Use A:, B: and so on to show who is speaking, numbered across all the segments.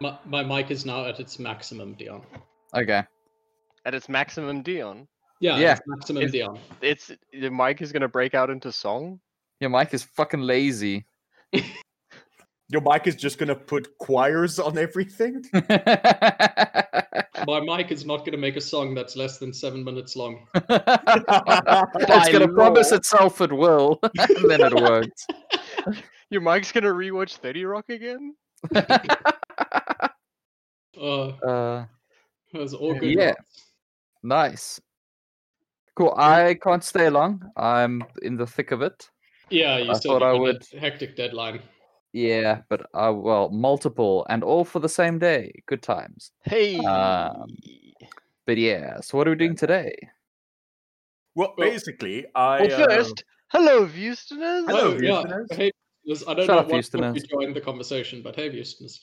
A: My, my mic is now at its maximum, Dion.
B: Okay.
C: At its maximum, Dion.
A: Yeah,
B: Yeah.
A: it's maximum,
C: It's-
A: Dion.
C: It's the mic is gonna break out into song.
B: Your mic is fucking lazy.
D: Your mic is just gonna put choirs on everything.
B: it's
A: My mic is not going to make a song that's less than seven minutes long.
C: By
B: gonna promise
C: law,
B: itself it will, and then it won't.
C: Your mic's gonna rewatch 30 Rock again.
A: Uh,
B: Uh,
A: it was all good.
B: Yeah.
A: ones.
B: nice. Cool. I can't stay long. I'm in the thick of it.
A: Yeah, you
B: I
A: said
B: thought
A: you
B: I
A: had a
B: would-
A: hectic deadline.
B: Yeah, but I well, multiple and all for the same day. Good times.
C: Hey.
B: Um, But yeah, so what are we doing today?
D: well,
A: Well-
D: basically, I. uh,
C: well, first, hello, Houstoners.
D: Hello,
A: Oh, yeah.
D: Houstoners.
A: Hey, listeners, I don't
B: Shut
A: know
B: up,
A: what point you
B: Houstoners.
A: joined the conversation, but hey, Houstoners.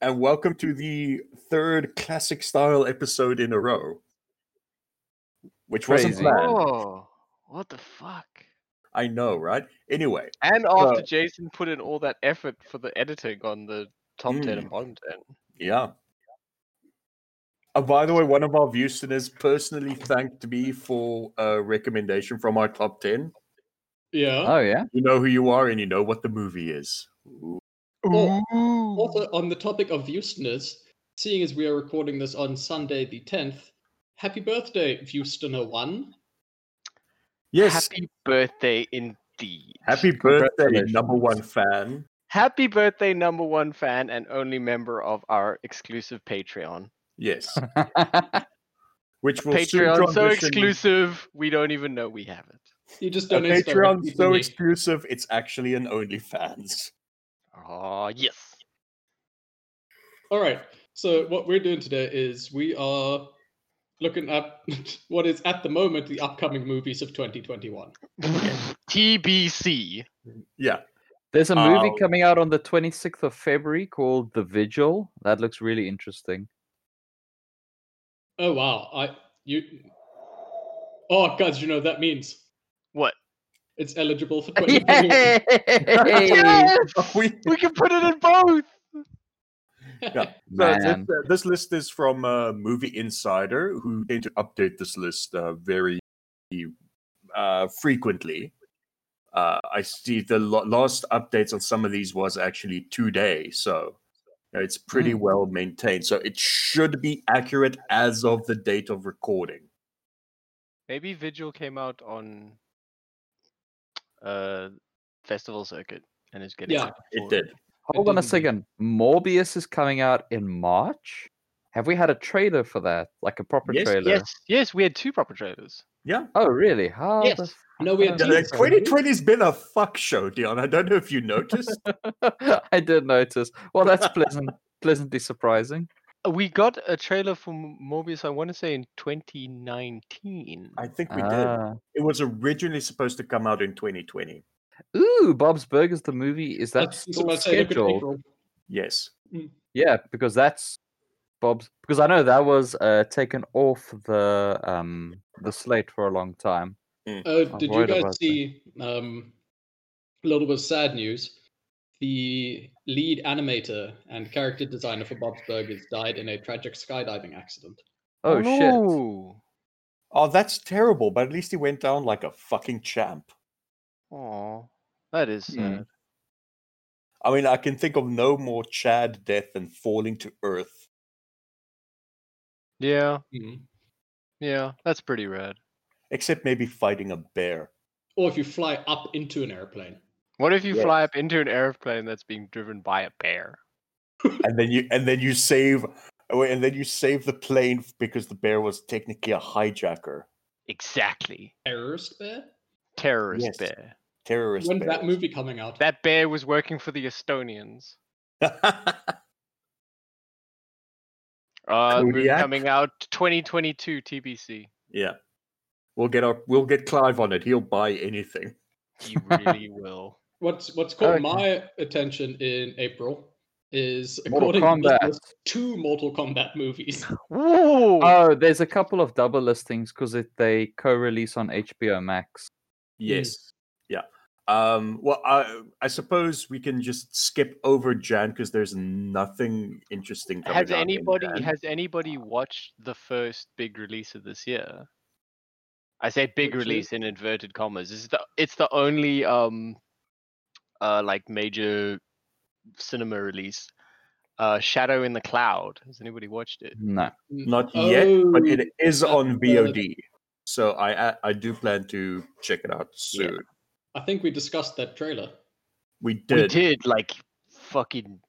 D: and welcome to the third classic style episode in a row. Which
B: Crazy.
D: wasn't planned.
C: Oh, what the fuck?
D: I know, right? Anyway,
C: And after
D: Uh,
C: Jason put in all that effort for the editing on the top 10 and bottom 10.
D: yeah. And by the way, one of our Houstoners personally thanked me for a recommendation from our top 10.
A: Yeah.
B: Oh yeah.
D: You know who you are and you know what the movie is. Ooh.
A: Oh,
C: Ooh.
A: Also, on the topic of Houstoners, seeing as we are recording this on Sunday the 10th, happy birthday, Houstoner 1.
D: Yes.
C: Happy birthday indeed.
D: Happy, birthday,
B: Congratulations.
D: number one fan.
C: Happy birthday, number one fan and only member of our exclusive Patreon.
D: Yes. Which will soon
C: Patreon so
D: transition-
C: exclusive, we don't even know we have it.
A: You just
D: A
A: don't
D: Patreon so exclusive, it's actually an OnlyFans.
C: Oh, yes.
A: All right. So, what we're doing today is we are looking at what is at the moment the upcoming movies of 2021.
C: TBC.
D: Yeah.
B: There's a movie
A: Um,
D: Oh.
B: coming out on the 26th of February called The Vigil. That looks really interesting.
A: Oh, wow. I, you, oh, guys, you know what that means
C: What?
A: it's eligible for 2021.
B: Yay!
D: We,
C: We can put it in both.
D: so this,
B: Man.
D: uh, this list is from uh, Movie Insider, who tend to update this list uh, very uh, frequently. Uh, I see the lo- last updates on some of these was actually today, so uh, it's pretty
B: Mm.
D: well maintained. So it should be accurate as of the date of recording.
C: Maybe Vigil came out on uh festival circuit and is getting
A: Yeah,
C: hyped
D: It
C: for
D: did.
B: Hold on a
A: didn't.
B: second. Morbius is coming out in March. Have we had a trailer for that? Like a proper
D: Yes,
B: trailer?
C: Yes, yes, we had two proper trailers.
D: Yeah.
B: Oh, really? How? the
C: Yes.
A: No, we had
B: fuck
A: two
B: did
A: Yeah,
B: I-
A: trailers.
D: 2020 has been a fuck show, Dion. I don't know if you noticed.
B: I did notice. Well, that's pleasant, pleasantly surprising.
C: Uh, We got a trailer for M- Morbius, I want to say in 2019.
D: I think we did.
B: Ah.
D: It was originally supposed to come out in 2020.
B: Ooh, Bob's Burgers, the movie. Is that
A: That's- I was
B: still
A: about to say, look at
B: scheduled?
A: April.
D: Yes.
B: Yeah, because that's Bob's. Because I know that was uh, taken off the um the slate for a long time.
A: Uh,
B: I'm
A: did you
B: worried
A: guys
B: about that.
A: see um, a little bit of sad news? The lead animator and character designer for Bob's Burgers died in a tragic skydiving accident.
B: Oh, shit!
C: no.
D: Oh, that's terrible. But at least he went down like a fucking champ.
C: Aw, that is
B: Hmm.
C: sad.
D: I mean, I can think of no more Chad death than falling to earth.
C: Yeah,
B: Hmm.
A: Mhm.
C: yeah, that's pretty rad.
D: Except maybe fighting a bear.
A: Or if you fly up into an airplane.
C: What if you fly up into an airplane that's being driven by a bear?
D: And then you and then you save oh, and then you save the plane because the bear was technically a hijacker.
C: Exactly.
A: Terrorist bear?
C: Terrorist
D: Yes.
C: bear.
D: Terrorist.
A: When's that
D: bears.
A: movie coming out?
C: That bear was working for the Estonians. Uh, movie
D: Kodiak?
C: coming out 2022 TBC.
D: yeah. We'll get our we'll get Clive on it. He'll buy anything.
C: You really will.
A: What's what's caught
B: Okay.
A: my attention in April is
B: Mortal
A: according to this
B: Kombat.
A: list, two Mortal Kombat movies.
C: Ooh!
B: Oh, there's a couple of double listings because they co-release on HBO Max.
D: Yes. Yeah. Um, well, I, I suppose we can just skip over Jan because there's nothing interesting. Coming
C: Has
D: out in
C: anybody
D: Jan.
C: has anybody watched the first big release of this year? I say big
A: Which is-
C: release in inverted commas. It's the it's the only um uh like major cinema release. Uh Shadow in the Cloud. Has anybody watched it?
B: No.
D: Not yet, but
A: Oh,
D: it is
A: that's
D: on
A: the-
D: VOD. So I I- I do plan to check it out soon.
A: I think we discussed that trailer.
D: We
C: We
D: did.
C: did like fucking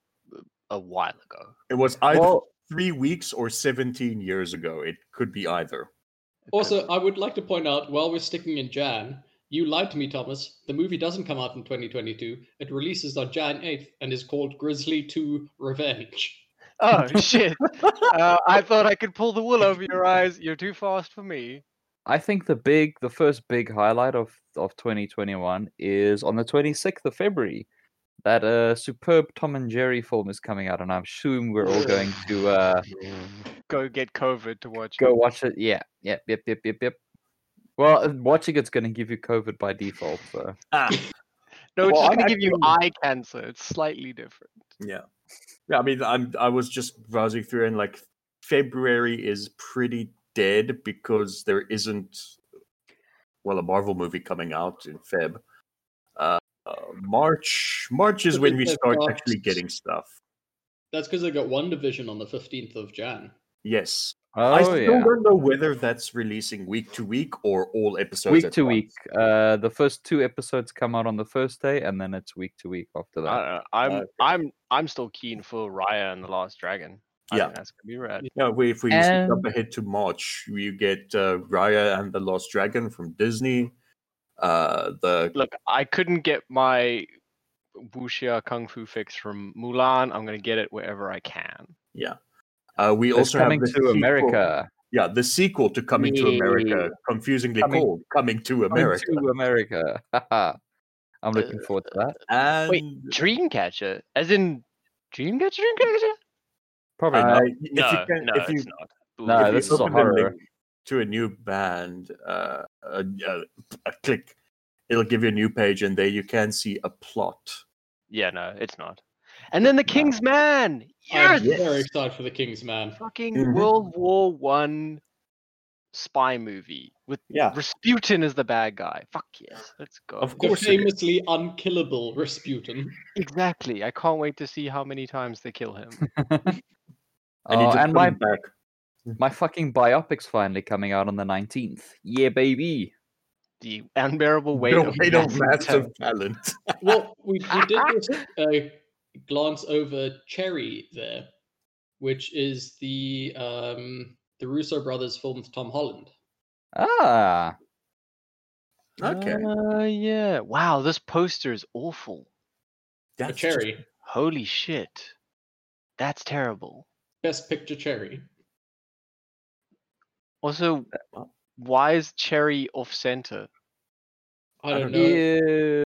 C: a while ago.
D: It was either
B: Well-
D: three weeks or 17 years ago. It could be either.
C: It
A: Also,
C: doesn't-
A: I would like to point out while we're sticking in Jan, you lied to me, Thomas. The movie doesn't come out in 2022. It releases on Jan 8th and is called Grizzly 2 Revenge.
C: oh shit. Uh, I thought I could pull the wool over your eyes. You're too fast for me.
B: I think the big, the first big highlight of of 2021 is on the 26th of February. That uh, superb Tom and Jerry film is coming out, and I'm assuming we're all going to uh,
C: Go get COVID to watch
B: go watch it. Yeah, yep, yep, yep, yep, yep. Well, uh, watching it's going to give you COVID by default. So
D: Ah,
C: No, it's
D: Well,
C: just
D: I'm
C: gonna give you eye cancer. It's slightly different.
D: yeah. Yeah, I mean, I'm, I was just browsing through and like February is pretty dead because there isn't, well, a Marvel movie coming out in Feb. Uh, uh, March March is
A: But
D: when
A: then
D: we
A: they've
D: start
A: got-
D: actually getting stuff.
A: That's because they got one division on the 15th of Jan.
D: Yes. I
B: oh
D: still
B: yeah,
D: don't know whether that's releasing week to week or all episodes.
B: week
D: at
B: to
D: once.
B: week. Uh, the first two episodes come out on the first day, and then it's week to week after
D: Uh,
B: that.
C: I, am
D: Okay.
C: I'm, I'm still keen for Raya and the Last Dragon. I
D: Yeah.
C: think that's gonna be rad.
D: Yeah, we, if we skip
B: And-
D: up ahead to March, you get uh, Raya and the Lost Dragon from Disney. Uh, the
C: Look, I couldn't get my Wuxia Kung Fu fix from Mulan. I'm gonna get it wherever I can.
D: uh, we
B: It's
D: also have
B: coming
D: the
B: to
D: sequel-
B: America.
D: Yeah, the sequel to Coming to America, confusingly
B: Coming-
D: called Coming to
B: Coming
D: America, Uh,
B: to America. Haha. I'm looking forward to that.
D: and
C: Wait, Dreamcatcher, as in Dreamcatcher, Dreamcatcher.
B: Probably
D: uh,
B: not.
D: if
C: No,
D: you can,
C: no,
D: if you,
C: it's not.
B: No,
D: if
B: this
D: you
B: is a
D: open the link
B: horror.
D: to a new band, uh, a, a, a click, it'll give you a new page, and there you can see a plot.
C: Yeah, no, it's not. And then the King's Man.
D: Oh,
C: Yes.
A: I'm very excited for The King's Man.
C: fucking
D: Mhm.
C: World War One spy movie with
D: Yeah,
C: Rasputin is the bad guy. Fuck yes, let's go.
D: Uh, Of
A: The
D: course it is.
A: famously unkillable Rasputin.
C: Exactly. I can't wait to see how many times they kill him.
D: need
B: Oh,
D: to
B: and
D: put
B: my
D: it back.
B: my fucking biopic's finally coming out on the 19th. Yeah, baby.
C: The unbearable weight
D: The
C: of
D: weight of
C: massive
D: massive
C: talent.
D: talent.
A: well, we, we did just uh, glance over Cherry there, which is the um, the Russo brothers film with Tom Holland.
B: Ah,
D: Okay.
C: Uh, yeah. Wow, this poster is awful.
A: A
D: That's just
A: cherry,
C: Holy shit. That's terrible.
A: best picture cherry.
C: Also,
D: Uh, well.
C: why is Cherry off center?
A: I don't know.
B: yeah.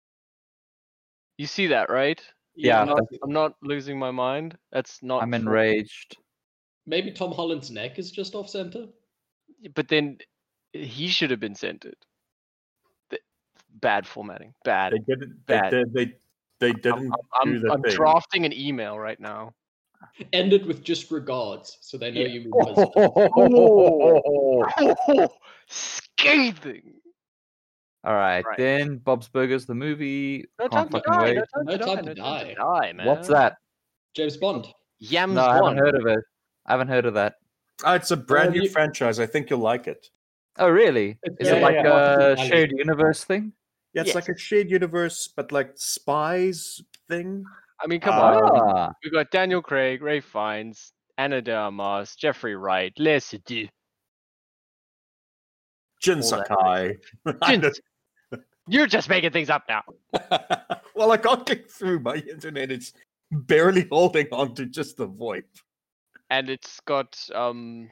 C: You see that, right?
B: yeah,
C: I'm not, I'm not losing my mind. That's not.
B: I'm
C: full-
B: enraged.
A: Maybe Tom Holland's neck is just off center.
C: but then he should have been centered. Th- Bad formatting. Bad.
D: They didn't. They,
C: That-
D: they, they, they didn't do
C: I'm,
D: the
C: I'm
D: thing.
C: drafting an email right now.
A: Ended with just regards, so they know
C: Yeah.
A: you mean business.
D: Oh!
B: All Oh,
C: Scathing.
B: right,
C: Right.
B: then Bob's Burgers, the movie.
C: No time,
B: Can't
C: to
B: fucking
C: die,
B: wait.
C: no time
A: No
C: to die.
A: time to die.
C: man.
B: What's that?
A: James Bond.
C: Yams
B: No, I haven't
C: Bond.
B: heard of it. I haven't heard of that.
D: Ah, it's a brand new
A: you-
D: franchise. I think you'll like it.
B: Oh, really?
A: It's
B: Is
D: very
B: it like a
A: artistic
B: shared universe thing?
D: Yeah, it's like a shared universe, but like spies thing.
C: I mean, come
D: Uh,
C: on.
B: Ah.
C: We've got Daniel Craig, Ray Fiennes, Anna de Armas, Jeffrey Wright, Lea Seydoux.
D: Jin
C: All that
D: Sakai. I
C: Jin- You're just making things up now.
D: don't- well, I can't click through my internet. It's barely holding on to just the VoIP.
C: And it's got um,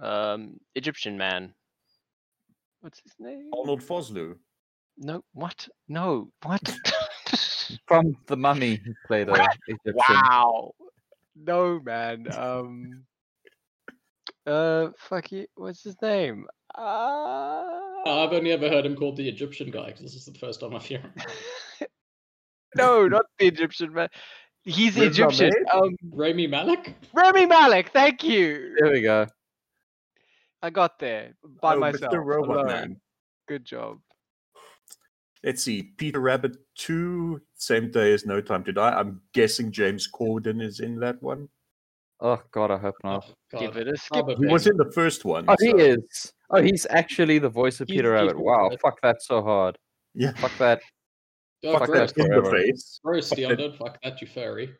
C: um, Egyptian man. What's his name?
D: Arnold Foslew.
C: No, what? No, what?
B: From the mummy, he played a Egyptian.
C: wow. No, man. Um. Uh, fuck you. What's his name? Uh,
A: No, I've only ever heard him called the Egyptian guy because this is the first time I've heard him.
C: Uh, no, not the Egyptian man. He's
D: Riz
C: Egyptian. Um,
A: Rami Malek?
C: Rami Malek. Thank you.
B: There we go.
C: I got there by
D: Oh,
C: myself.
D: Mr. Robot
C: alone.
D: Man.
C: Good job.
D: Let's see. Peter Rabbit 2, same day as No Time to Die. I'm guessing James Corden is in that one.
B: Oh god, I hope not.
A: God.
C: Give it a skip.
A: Harbour
D: He was
A: Bend.
D: in the first one.
B: Oh, he
D: so-
B: is. Oh, he's actually the voice of
A: He's-
B: Peter
A: he's
B: Rabbit.
A: the
B: Wow,
A: voice.
B: fuck that so hard.
D: Yeah.
B: Fuck that.
A: Don't
B: Fuck
D: Fuck
A: gross-
D: that in the
B: forever.
D: face.
A: Gross,
D: Fuck
A: Dion,
D: that.
A: don't fuck that, you furry.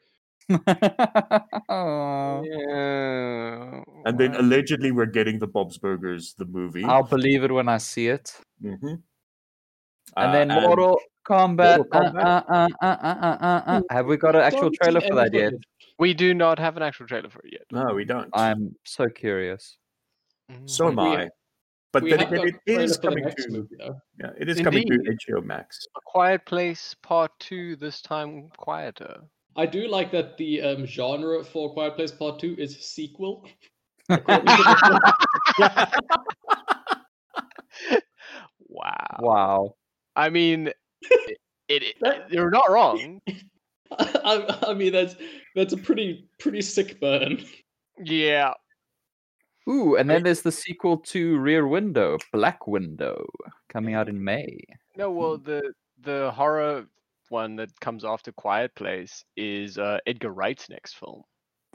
B: Oh,
C: Yeah.
D: Uh, And then
C: wow.
D: allegedly, we're getting the Bob's Burgers, the movie.
B: I'll believe it when I see it.
D: Mhm. Uh,
B: And then Mortal Kombat.
D: Mortal
B: uh,
D: Kombat.
B: uh, uh, uh, uh, uh, uh, uh. Have we got an actual
A: Don't see
B: trailer for
A: any
B: that yet?
A: footage.
C: we do not have an actual trailer for it yet.
D: No, we don't.
B: I'm so curious.
C: Mm,
D: so am
A: Hmm. we-
D: I. But
A: We
D: then
A: have
D: again,
A: got
D: it
A: a trailer
D: is
A: for the
D: coming
A: next
D: to
A: movie, though.
D: yeah, it is coming
C: Indeed.
D: to HBO Max.
C: A Quiet Place Part Two. This time quieter.
A: I do like that the um, genre for Quiet Place Part 2 is sequel. According to the-
C: Wow.
B: Wow.
C: I mean, it, it, it- you're not wrong.
A: I, I mean, that's that's a pretty pretty sick burn.
C: Yeah.
B: Ooh, and then there's the sequel to Rear Window, Black Window, coming out in May.
C: No, well, the the horror one that comes after Quiet Place is uh, Edgar Wright's next film.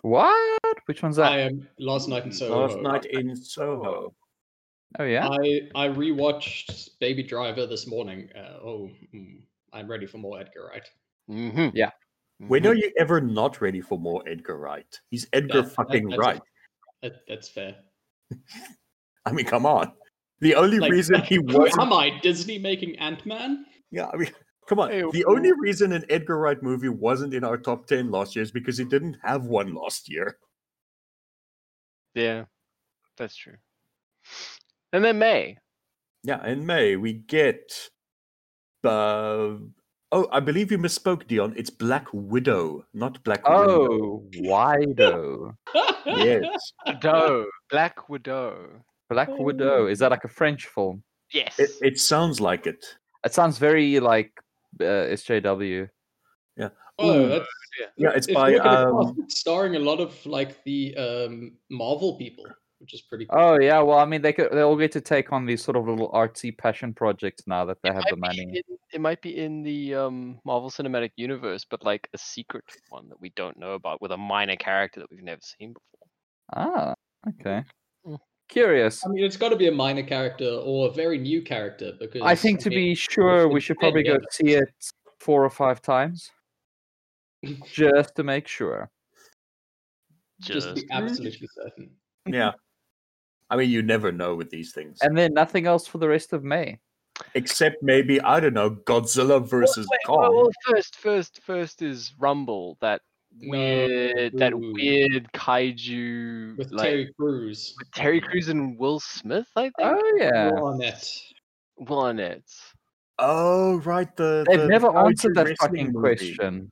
B: What? Which one's that?
A: I am last night in Soho.
D: Mm, Last night in Soho.
B: Oh yeah.
A: I I rewatched Baby Driver this morning. Uh, oh, mm, I'm ready for more Edgar Wright.
C: Mm-hmm.
B: Yeah.
D: When are you ever not ready for more Edgar Wright? He's Edgar
A: hmm. That- that-
D: fucking
A: that's a-
D: Wright.
A: That, that's fair.
D: I mean, come on. The only
A: Like,
D: reason he
A: Who
D: wasn't
A: am I? Disney making Ant Man?
D: Yeah, I mean, come on.
C: Hey,
D: the
C: w-
D: only reason an Edgar Wright movie wasn't in our top 10 last year is because he didn't have one last year.
C: Mm-hmm. Yeah, that's true. And then May.
D: Yeah, in May, we get. Uh, oh, I believe you misspoke, Dion. It's Black Widow, not Black Window.
B: Oh, Wido.
D: Yes.
C: Widow. Black Widow.
B: Black
A: Oh.
B: Widow. Is that like a French film?
C: Yes.
D: It, it sounds like it.
B: It sounds very like uh, SJW.
A: Oh,
D: Ooh,
A: that's
D: Yeah, it's
A: if you
D: by.
A: look at the cast,
D: Um,
A: it's starring a lot of like the um, Marvel people, which is pretty. cool.
B: Oh yeah, well I mean they could, they all get to take on these sort of little artsy passion projects now that they have the
C: might be
B: money.
C: in- it might be in the um, Marvel Cinematic Universe, but like a secret one that we don't know about with a minor character that we've never seen before.
B: Ah, okay.
D: Hmm.
C: Mm.
B: Curious.
A: I mean, it's got to be a minor character or a very new character because
B: I think to
A: mean,
B: be sure, we
A: it's
B: should probably go
A: Endgame.
B: see it four or five times, just to make sure.
A: just be
C: Mm.
A: absolutely certain.
D: yeah. I mean, you never know with these things.
B: Mm-hmm. And then nothing else for the rest of May.
D: Except maybe, I don't know, Godzilla
C: Well,
D: versus
C: wait,
D: Kong.
C: well, well, first, first, first is Rumble, that weird, that
A: No.
C: weird kaiju
A: with
C: like
A: Terry Crews.
C: with Terry Crews and Will Smith, I think.
B: Oh yeah,
A: You're on it.
C: Will Arnett.
D: oh, right. The,
B: they've
D: the
B: never
D: kaiju
B: answered that
D: wrestling
B: fucking
D: movie.
B: question.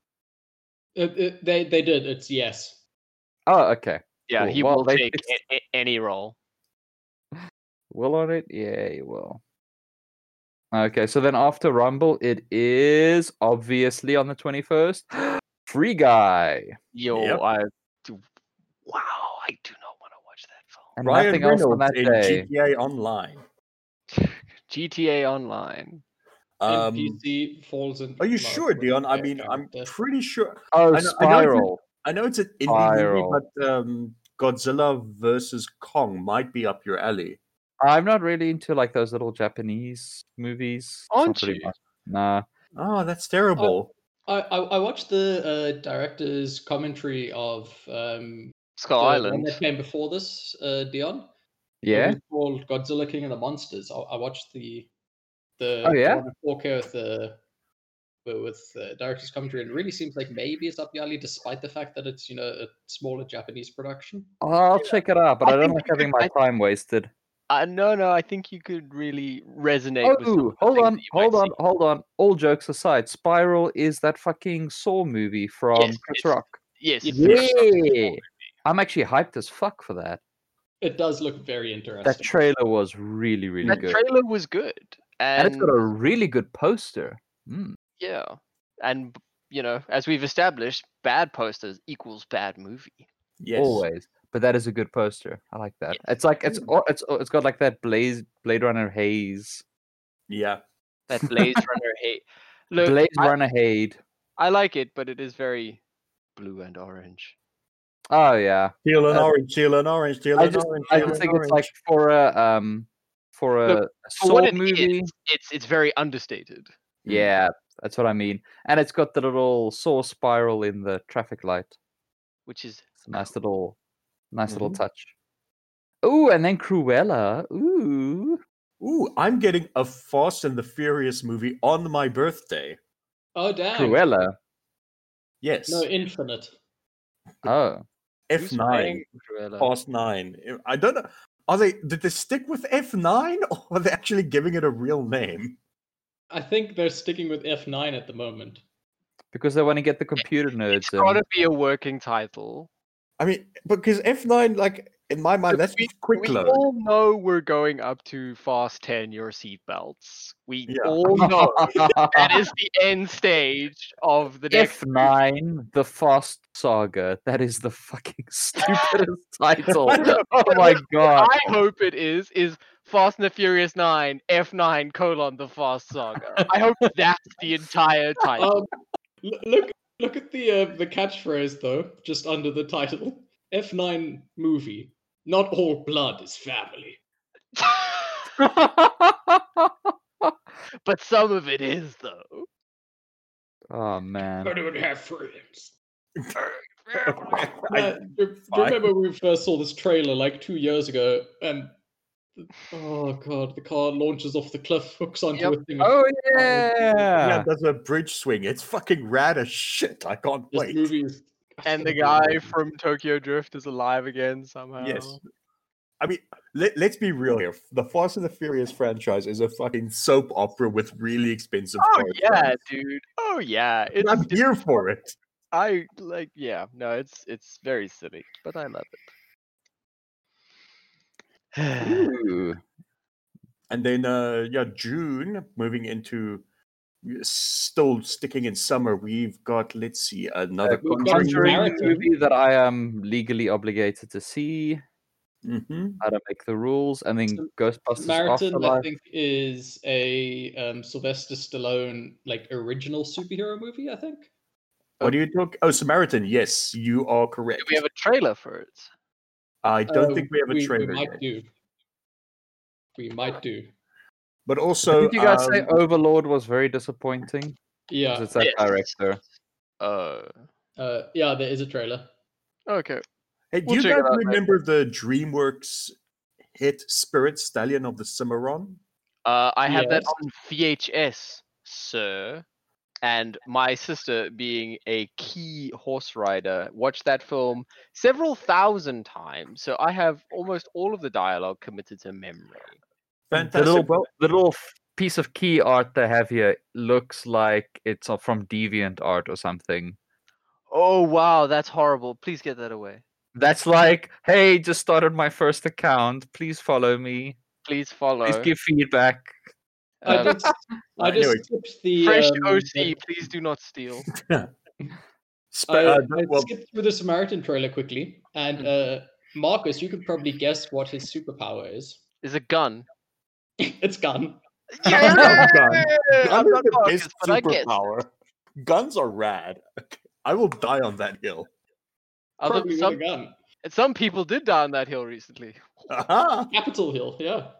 A: It- it- they they did. It's yes.
B: Oh okay,
C: Yeah,
B: Cool.
C: he
B: Well,
C: will
B: they
C: take
B: fixed-
C: a- a- any role.
B: will on it? Yeah, you will. Okay, so then after Rumble, it is obviously on the twenty first. Free Guy
C: Yo,
D: Yep.
C: I do. Wow, I do not want to watch that film.
B: and
D: Ryan
B: nothing
D: Reynolds
B: else on that
D: in
B: day.
D: GTA Online.
C: GTA Online.
D: Um,
A: NPC falls in.
D: are you
A: love
D: sure,
A: with
D: Dion? I
A: their
D: mean, I'm
A: character.
D: pretty sure.
B: Oh,
D: I know- I know it's a-
B: Spiral.
D: I know it's an indie
B: Viral.
D: movie, but um, Godzilla versus Kong might be up your alley.
B: I'm not really into like those little Japanese movies. It's not
C: Aren't
B: really
C: you?
B: my- Nah.
D: Oh, that's terrible.
A: I, I, I watched the uh, director's commentary of um,
C: Skull
A: the one
C: Island.
A: that came before this, uh, Dion. It
B: Yeah.
A: was called Godzilla King of the Monsters. I, I watched the the
B: Oh,
A: the
B: yeah?
A: one with 4K with the wi- with uh, director's commentary. and It really seems like maybe it's up the alley, despite the fact that it's you know a smaller Japanese production.
B: I'll check it out, but
C: I
B: I, don't
C: think
B: like
C: you
B: having
C: could-
B: my time wasted.
C: Uh, no, no, I think you could really resonate with. some of
B: Oh,
C: the
B: hold
C: things
B: on,
C: that you might
B: hold on,
C: see.
B: hold on. All jokes aside, Spiral is that fucking Saw movie from Chris
C: yes.
B: Rock.
C: Yes.
A: Yes.
C: yes.
B: I'm actually hyped as fuck for that.
A: it does look very interesting.
B: That trailer was really, really
C: that
B: good.
C: trailer was good,
B: and
C: and,
B: it's got a really good poster. Mm.
C: yeah, and b- you know, as we've established, bad posters equals bad movie.
D: Yes.
B: always. But that is a good poster. I like that.
C: Yes.
B: It's like it's o- it's o- it's got like that blaze Blade Runner haze,
D: Yeah.
C: That Blaze Runner hate. Look,
B: Blade
C: I,
B: Runner haze.
C: I like it, but it is very blue and orange.
B: Oh yeah,
D: Teal and
B: Uh,
D: orange, teal and orange, teal
B: I
D: and
B: just
D: orange.
B: I
D: teal
B: just
D: and
B: think it's
D: orange.
B: like for a um for a,
C: Look,
B: a
C: for what
B: Saw
C: it is,
B: movie.
C: It's it's very understated.
B: Yeah, that's what I mean. And it's got the little saw spiral in the traffic light.
C: which is
B: It's a nice little, nice little
C: Mm-hmm.
B: touch. Ooh, and then Cruella. Ooh,
D: Ooh, I'm getting a Fast and the Furious movie on my birthday.
A: Oh damn!
B: Cruella.
D: Yes.
A: No, Infinite.
B: Oh,
C: who's
D: F9.
C: playing Cruella?
D: Fast 9. I don't know. Are they did they stick with F9 or are they actually giving it a real name?
A: I think they're sticking with F9 at the moment.
B: because they want to get the computer
C: It's
B: nerds.
C: got
B: In.
C: to be a working title.
D: I mean, because F9 like in my mind
C: Look,
D: that's just quick
C: we
D: load.
C: all know we're going up to fast ten. Your seatbelts. We
D: Yeah.
C: all know that is the end stage of the next.
B: F nine, the Fast Saga. That is the fucking stupidest title. Oh my god!
C: I hope it is is Fast and the Furious Nine F nine colon the Fast Saga. I hope that's the entire title.
A: Um, l- look, look at the uh, the catchphrase though, just under the title F9 movie. Not all blood is family.
C: but some of it is though.
B: oh man.
A: But it would have friends.
D: I-
A: Uh, do, do you
D: fine.
A: remember when we first saw this trailer like two years ago, and oh god, the car launches off the cliff, hooks onto
C: Yep.
A: a thing,
B: Oh
D: yeah,
B: yeah.
D: that's a bridge swing. It's fucking rad as shit. I can't
A: this
D: wait.
A: movie is-
C: and the guy from Tokyo Drift is alive again somehow.
D: Yes. I mean, let, let's be real here. The Fast and the Furious franchise is a fucking soap opera with really expensive
C: Oh
D: cars.
C: yeah, dude. Oh yeah. It's
D: I'm here for it.
C: I like yeah. No, it's it's very silly, but I love it.
B: Ooh.
D: And then, uh, yeah, June moving into still sticking in summer. We've got, let's see,
C: Uh,
D: another
A: we've got
D: Conjuring.
B: Conjuring
A: Conjuring.
B: movie that I am legally obligated to see.
D: Mhm.
B: How to make the rules, and then
A: So,
B: Ghostbusters
A: Marathon, I
B: Afterlife.
A: think, is a um, Sylvester Stallone like original superhero movie. I think.
D: What do you talk? Oh, Samaritan. Yes, you are correct.
C: Do we have a trailer for it?
D: I don't
A: Uh,
D: think we have a trailer
A: We
D: yet.
A: might do. We might do.
D: But also,
B: Did you guys say
D: um,
B: Overlord was very disappointing? 'Cause
A: Yeah.
B: It's that
C: Yes.
B: director.
C: Uh
A: Uh, yeah, there is a trailer.
C: okay.
D: hey, do
C: we'll
D: you
C: check
D: guys
C: it out later.
D: remember the DreamWorks hit Spirit Stallion of the Cimarron?
C: Uh I have that
A: Yes.
C: on VHS, sir. And my sister, being a key horse rider, watched that film several thousand times. So I have almost all of the dialogue committed to memory.
B: The little,
D: Fantastic.
B: bo- the little f- piece of key art they have here looks like it's uh, from Deviant Art or something.
C: Oh wow, that's horrible. Please get that away.
B: That's like, hey, just started my first account. Please follow me.
C: Please follow.
B: Please give feedback.
A: I
C: um,
A: just, I just
D: Uh, anyway,
A: skipped the
C: fresh
A: um,
C: OC.
A: the-
C: Please do not steal.
D: Sp-
A: I,
D: uh,
A: I
D: well, Hmm.
A: skipped through the Samaritan trailer quickly, and uh, Marcus, you could probably guess what his superpower is.
C: Is a gun.
A: it's gun.
D: Yeah! Gun.
C: I'm
D: guns are
C: not
D: the
C: Marcus,
D: best
C: but I guess.
D: superpower. Guns are rad. I will die on that hill.
C: Although
A: probably with
C: some,
A: a gun.
C: some people did die on that hill recently.
D: Aha!
A: Capitol Hill. Yeah.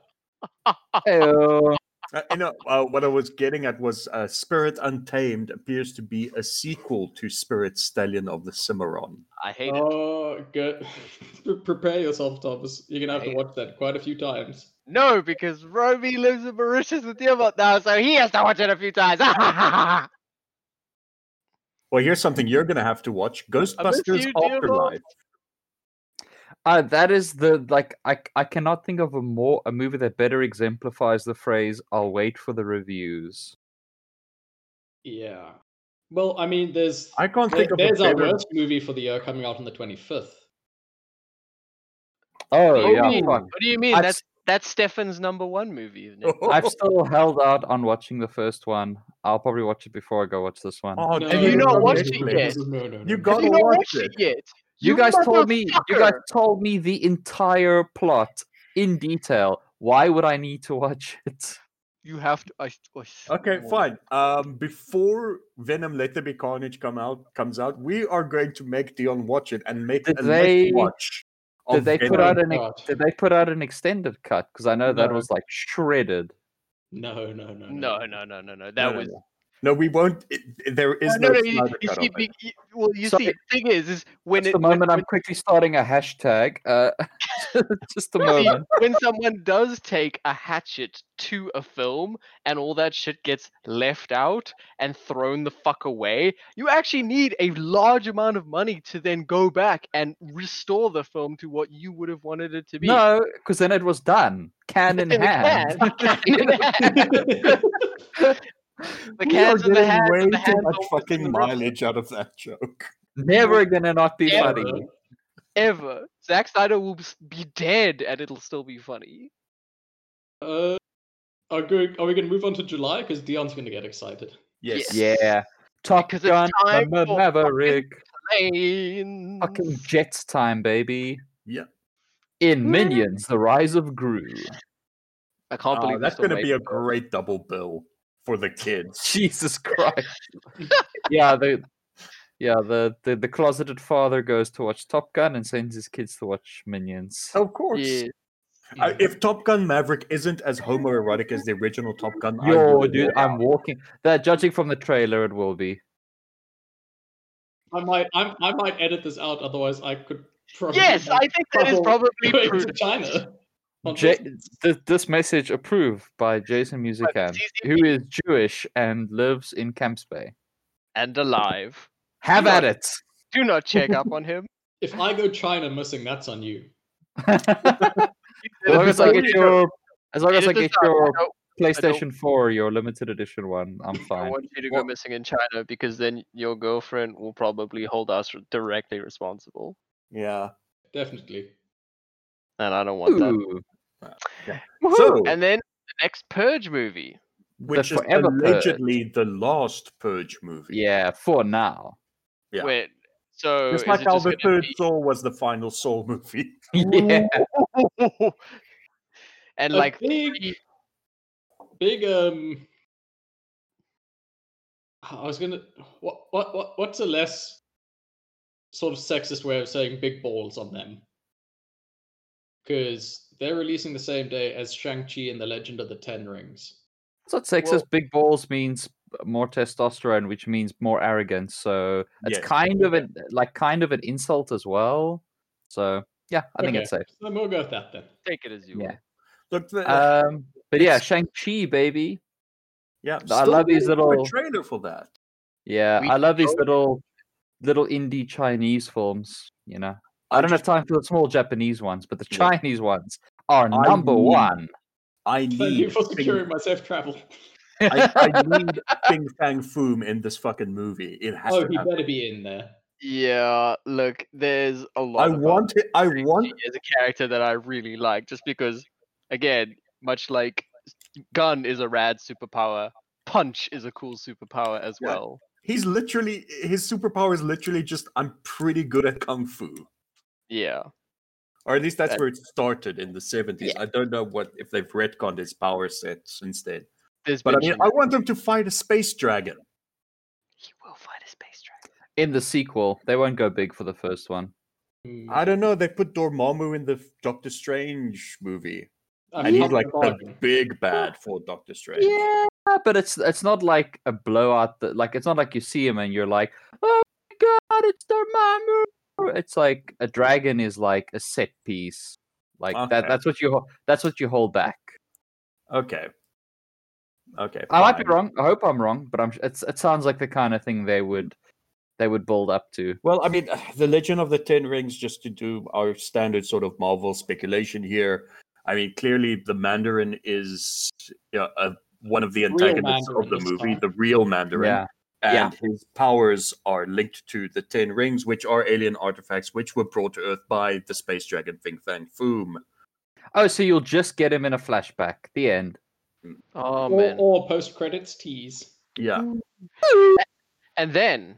B: Heyo.
D: Uh, you know, uh, what I was getting at was uh, Spirit Untamed appears to be a sequel to Spirit Stallion of the Cimarron.
C: I hate it.
A: Oh, good. Pre- Prepare yourself, Thomas. You're gonna have to
C: Right.
A: watch that quite a few times.
C: No, because Romy lives in Mauritius with Diamond now, so he has to watch it a few times.
D: Well, here's something you're going to have to watch Ghostbusters
C: you, dear
D: Afterlife.
B: Uh, that is the like I I cannot think of a more a movie that better exemplifies the phrase I'll wait for the reviews.
A: Yeah. Well, I mean, there's
D: I can't
A: there-
D: think of a
A: there's our
D: better.
A: worst movie for the year coming out on the 25th.
B: Oh,
C: do you
B: yeah.
C: mean?
B: fuck.
C: What do you mean?
B: I've
C: That's that's Stefan's number one movie. Nick.
B: I've still held out on watching the first one. I'll probably watch it before I go watch this one.
D: Oh,
A: No,
D: dude,
C: you
D: it's
C: not
D: on
C: watch it
D: Netflix.
C: yet?
A: No, no, no. no.
D: You got
C: you
D: to
C: not
D: watch
C: watched
D: it.
C: it yet?
B: you,
C: You
B: guys told me you guys
C: motherfucker.
B: told me the entire plot in detail. Why would I need to watch it?
C: You have to. I, I
D: Okay,
C: swore.
D: fine. Um, before Venom Let There Be Carnage come out comes out, we are going to make Dion watch it and make
B: Did
D: a
B: they-
D: must watch.
B: Did
D: of
B: they put
D: Venom.
B: out an ex-
A: God.
B: did they put out an extended cut? Because I know that
D: No.
B: was like shredded.
A: No, no, no,
C: No, no, no, no, no.
D: No,
C: That
D: no,
C: was.
D: no. no, we won't. It, it- there is
C: No,
D: no.
C: no, you,
D: Snyder
C: you
D: cut
C: see,
D: of it.
C: big, you, well, you
B: So
C: see,
B: it-
C: the thing is, is when
B: Just
C: it
B: the moment
C: when,
B: I'm quickly starting a hashtag. Uh, just a
C: when-
B: moment.
C: when someone does take a hatchet to a film and all that shit gets left out and thrown the fuck away, you actually need a large amount of money to then go back and restore the film to what you would have wanted it to be.
B: No, because then it was done. Can in
C: In the
B: hand.
C: can, in the hand. the
D: We are
C: cans and the
D: getting
C: hands.
D: way
C: and the
D: too
C: hands always in
D: much
C: the
D: fucking
C: river.
D: mileage out of that joke.
B: Never gonna not be
C: Yeah.
A: Ever.
B: funny.
C: Ever. Zack Snyder will s- be dead and it'll still be funny.
A: Uh, are, go- are we going to move on to July? Because Dion's going to get excited.
C: Yes.
B: Yeah. Top
C: Because it's
B: Gun,
C: time
B: Ma-
C: for
B: Maverick,
C: Planes.
B: fucking Jets time, baby.
D: Yeah.
B: In
C: Mm.
B: Minions, The Rise of Gru.
C: I can't
D: Uh,
C: believe
D: that's
C: going to
D: be a great double bill for the kids.
B: Jesus Christ. yeah, the yeah the, the the closeted father goes to watch Top Gun and sends his kids to watch Minions.
C: Oh,
D: Of course.
C: Yeah.
D: Uh, if Top Gun Maverick isn't as homoerotic as the original Top Gun, I
B: Yo,
D: will
B: dude,
D: walk
B: I'm
D: out.
B: walking. That judging from the trailer, it will be.
A: I might, I'm, I might edit this out. Otherwise, I could. Probably
C: Yes,
A: have
C: I think that is
A: trouble
C: probably
A: going to
C: prudent.
A: China. on
B: J-
A: business.
B: th- this message approved by Jason Musicam,
C: DCP.
B: who is Jewish and lives in Camps Bay.
C: And alive.
B: Have at it.
C: Do not check up on him.
A: If I go China missing, that's on you.
B: as long as I get your, as long as I
C: Edit this
B: get
C: out.
B: your
C: I don't-
B: PlayStation 4, your limited edition one, I'm
C: I
B: fine.
C: want you to go missing in China because then your girlfriend will probably hold us r- directly responsible.
D: Yeah.
A: Definitely.
C: And I don't want that.
B: Ooh,
C: Woohoo!
D: So-
C: and then the next Purge movie.
D: Which is
B: Forever Purge.
D: allegedly the last Purge movie.
B: yeah, for now.
D: Yeah.
C: Wait, so
D: Just
C: is
D: like
C: it
D: how
C: just
D: the
C: gonna
D: third Saw was the final Saw movie.
B: Yeah.
C: be- and
A: A
C: like
A: big,
C: three-
A: big. Um, I was gonna. What, what, what, what's a less sort of sexist way of saying big balls on them? Because they're releasing the same day as Shang Chi and the Legend of the Ten Rings.
B: It's not sexist.
C: Well-
B: Big balls means more testosterone, which means more arrogance. So it's
D: Yes.
B: kind of an like kind of an insult as well. So yeah, I think
A: Okay,
B: it's safe.
A: So we'll go with that then.
C: take it as you
B: Yeah.
C: will.
D: Look, the,
B: Um, but yeah,
D: Uh, It's-
B: Shang Chi, baby.
D: yeah,
B: I love these
D: waiting for
B: little-
D: a trailer for that.
B: Yeah,
C: We
B: I love these
C: don't-
B: little little indie Chinese films. You know, I don't have time for the small Japanese ones, but the
D: Yeah.
B: Chinese ones are
D: I
B: number
D: need
B: one.
D: I
A: Thank you
D: need
A: for
D: Ping,
A: securing my safe travel.
D: I, I need Ping Fang Foom in this fucking movie. It has
A: Oh,
D: to
A: he
D: happen.
A: better be in there.
C: Yeah, look, there's a lot.
D: I
C: about
D: want it. I
C: Shang-Chi
D: want.
C: as a character that I really like, just because, again, much like s- Gun is a rad superpower, Punch is a cool superpower as
D: Yeah.
C: well.
D: He's literally his superpower is literally just I'm pretty good at kung fu.
C: Yeah,
D: Or at least that's
C: That-
D: where it started in the 70s. I don't know what if they've retconned his power set since then.
C: there's
D: But I mean,
C: mention-
D: I want him to fight a space dragon.
C: he will fight a space dragon.
B: In the sequel, they won't go big for the first one.
A: Hmm,
D: I don't know. They put Dormammu in the f- Doctor Strange movie,
A: I've
D: and he's
A: come to
D: like the
A: bargain.
D: big bad for Doctor Strange.
B: Yeah, but it's it's not like a blowout. That, like it's not like you see him and you're like, oh my god, it's Dormammu. It's like a dragon is like a set piece. Like that.
D: Okay.
B: That's what you. ho- That's what you hold back.
D: Okay. Okay.
B: I might be
D: fine.
B: wrong. I hope I'm wrong, but I'm. s- It's, it sounds like the kind of thing they would, they would build up to.
D: Well, I mean, the Legend of the Ten Rings, just to do our standard sort of Marvel speculation here. I mean, clearly the Mandarin is uh, uh, one of the
A: Real
D: antagonists of
A: Mandarin
D: the
A: this
D: movie,
A: time.
D: the real Mandarin.
B: Yeah.
D: and
E: Yeah.
D: his powers are linked to the Ten Rings, which are alien artifacts which were brought to Earth by the space dragon Fing Fang Foom.
B: Oh, so you'll just get him in a flashback. The end.
C: Oh
A: or,
C: man.
A: or post credits tease.
D: Yeah,
C: And then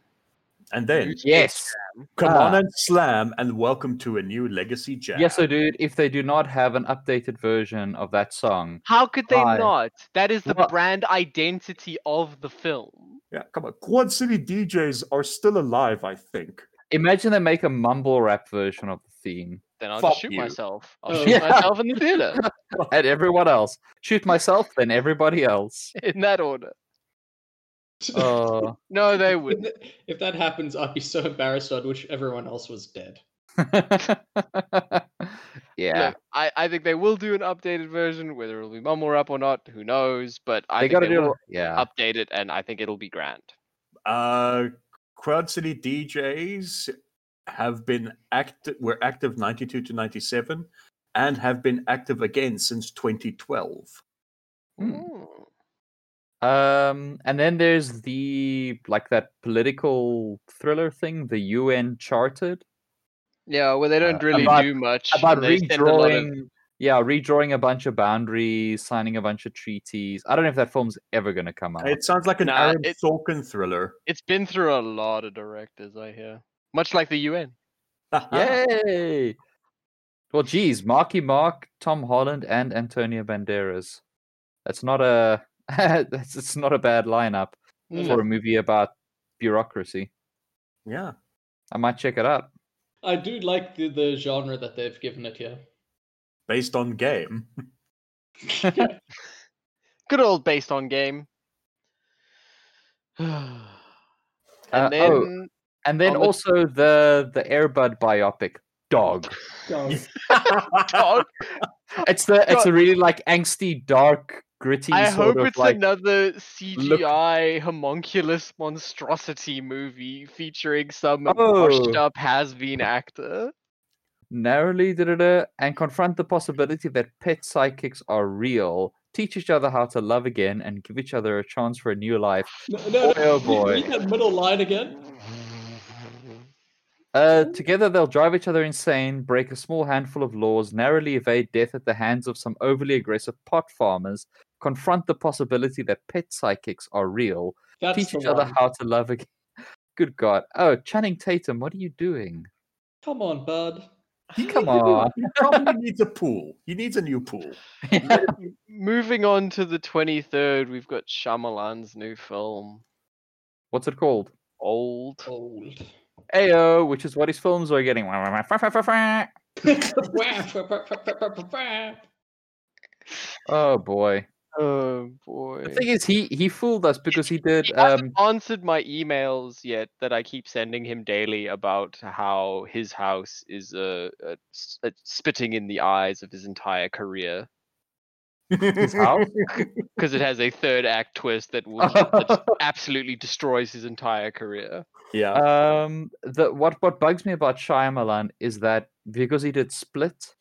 D: and then
B: Yes.
D: come on
B: Ah.
D: and slam, and welcome to a new legacy jam.
B: Yes, so dude, if they do not have an updated version of that song,
C: how could they
B: Why?
C: not? That is the
B: What?
C: brand identity of the film.
D: yeah, come on. Quad City DJs are still alive, I think.
B: imagine they make a mumble rap version of the theme
C: Then I'll
D: Fuck
C: just shoot
D: you.
C: myself. I'll
A: Oh.
C: shoot
B: Yeah.
C: myself in the theater.
B: and everyone else. Shoot myself, then everybody else.
C: in that order.
B: Oh.
C: No, they
A: If
C: wouldn't.
A: th- if that happens, I'd be so embarrassed. I'd wish everyone else was dead.
B: yeah.
C: Look, I, I think they will do an updated version, whether it'll be mumble rap or not, who knows? But I
B: they
C: think
B: got to
C: they
B: do
C: will
B: it. Yeah.
C: update it, and I think it'll be grand.
D: Uh, Quad City DJs have been active. Were active ninety two to ninety seven, and have been active again since twenty twelve.
B: Hmm.
C: Mm.
B: Um, and then there's the like that political thriller thing, the UN charted
C: Yeah, well, they don't
B: Uh,
C: really
B: about-
C: do much. and
B: about
C: they send a lot of-
B: redrawing. Yeah, redrawing a bunch of boundaries, signing a bunch of treaties. I don't know if that film's ever going to come out.
D: It sounds like an
C: Nah,
D: Aaron
C: it-
D: Sorkin thriller.
C: It's been through a lot of directors, I hear. Much like the UN. Ah.
B: Yay! Well, geez, Marky Mark, Tom Holland, and Antonio Banderas. That's not a that's it's not a bad lineup
C: Hmm.
B: for a movie about bureaucracy.
D: yeah.
B: I might check it out.
A: I do like the, the genre that they've given it here.
D: Based on game.
C: Good old based on game. and
B: Uh,
C: then.
B: oh, And then
C: on the-
B: also the the Airbud biopic Dog.
A: So,
C: Oh,
B: It's the it's
C: God.
B: a really like angsty, dark, gritty
C: I
B: sort
C: hope
B: of
C: it's
B: like
C: another CGI homunculus monstrosity movie featuring some washed
B: Oh.
C: up has been actor.
B: narrowly da, da, da, and confront the possibility that pet psychics are real. Teach each other how to love again and give each other a chance for a new life.
A: no, no, no,
B: Boy, oh
A: re-
B: boy.
A: Read that middle line again.
B: Uh, together, they'll drive each other insane, break a small handful of laws, narrowly evade death at the hands of some overly aggressive pot farmers, confront the possibility that pet psychics are real,
A: That's
B: teach
A: the
B: each other
A: one.
B: how to love again. Good God. Oh, Channing Tatum, what are you doing?
A: Come on, bud.
B: Come on.
D: He probably needs a pool. He needs a new pool.
C: Moving on to the 23rd, we've got Shyamalan's new film,
B: What's it called?
C: Old.
A: Oh, Old.
B: AO, which is what his films are getting. Oh, boy.
C: Oh boy.
B: The thing is, he, he fooled us because he did.
C: He
B: Um,
C: hasn't answered my emails yet that I keep sending him daily about how his house is uh, uh, s- uh, spitting in the eyes of his entire career.
B: his house.
C: because it has a third act twist that will that absolutely destroys his entire career.
D: Yeah.
B: Um, the what what bugs me about Shyamalan is that because he did Split,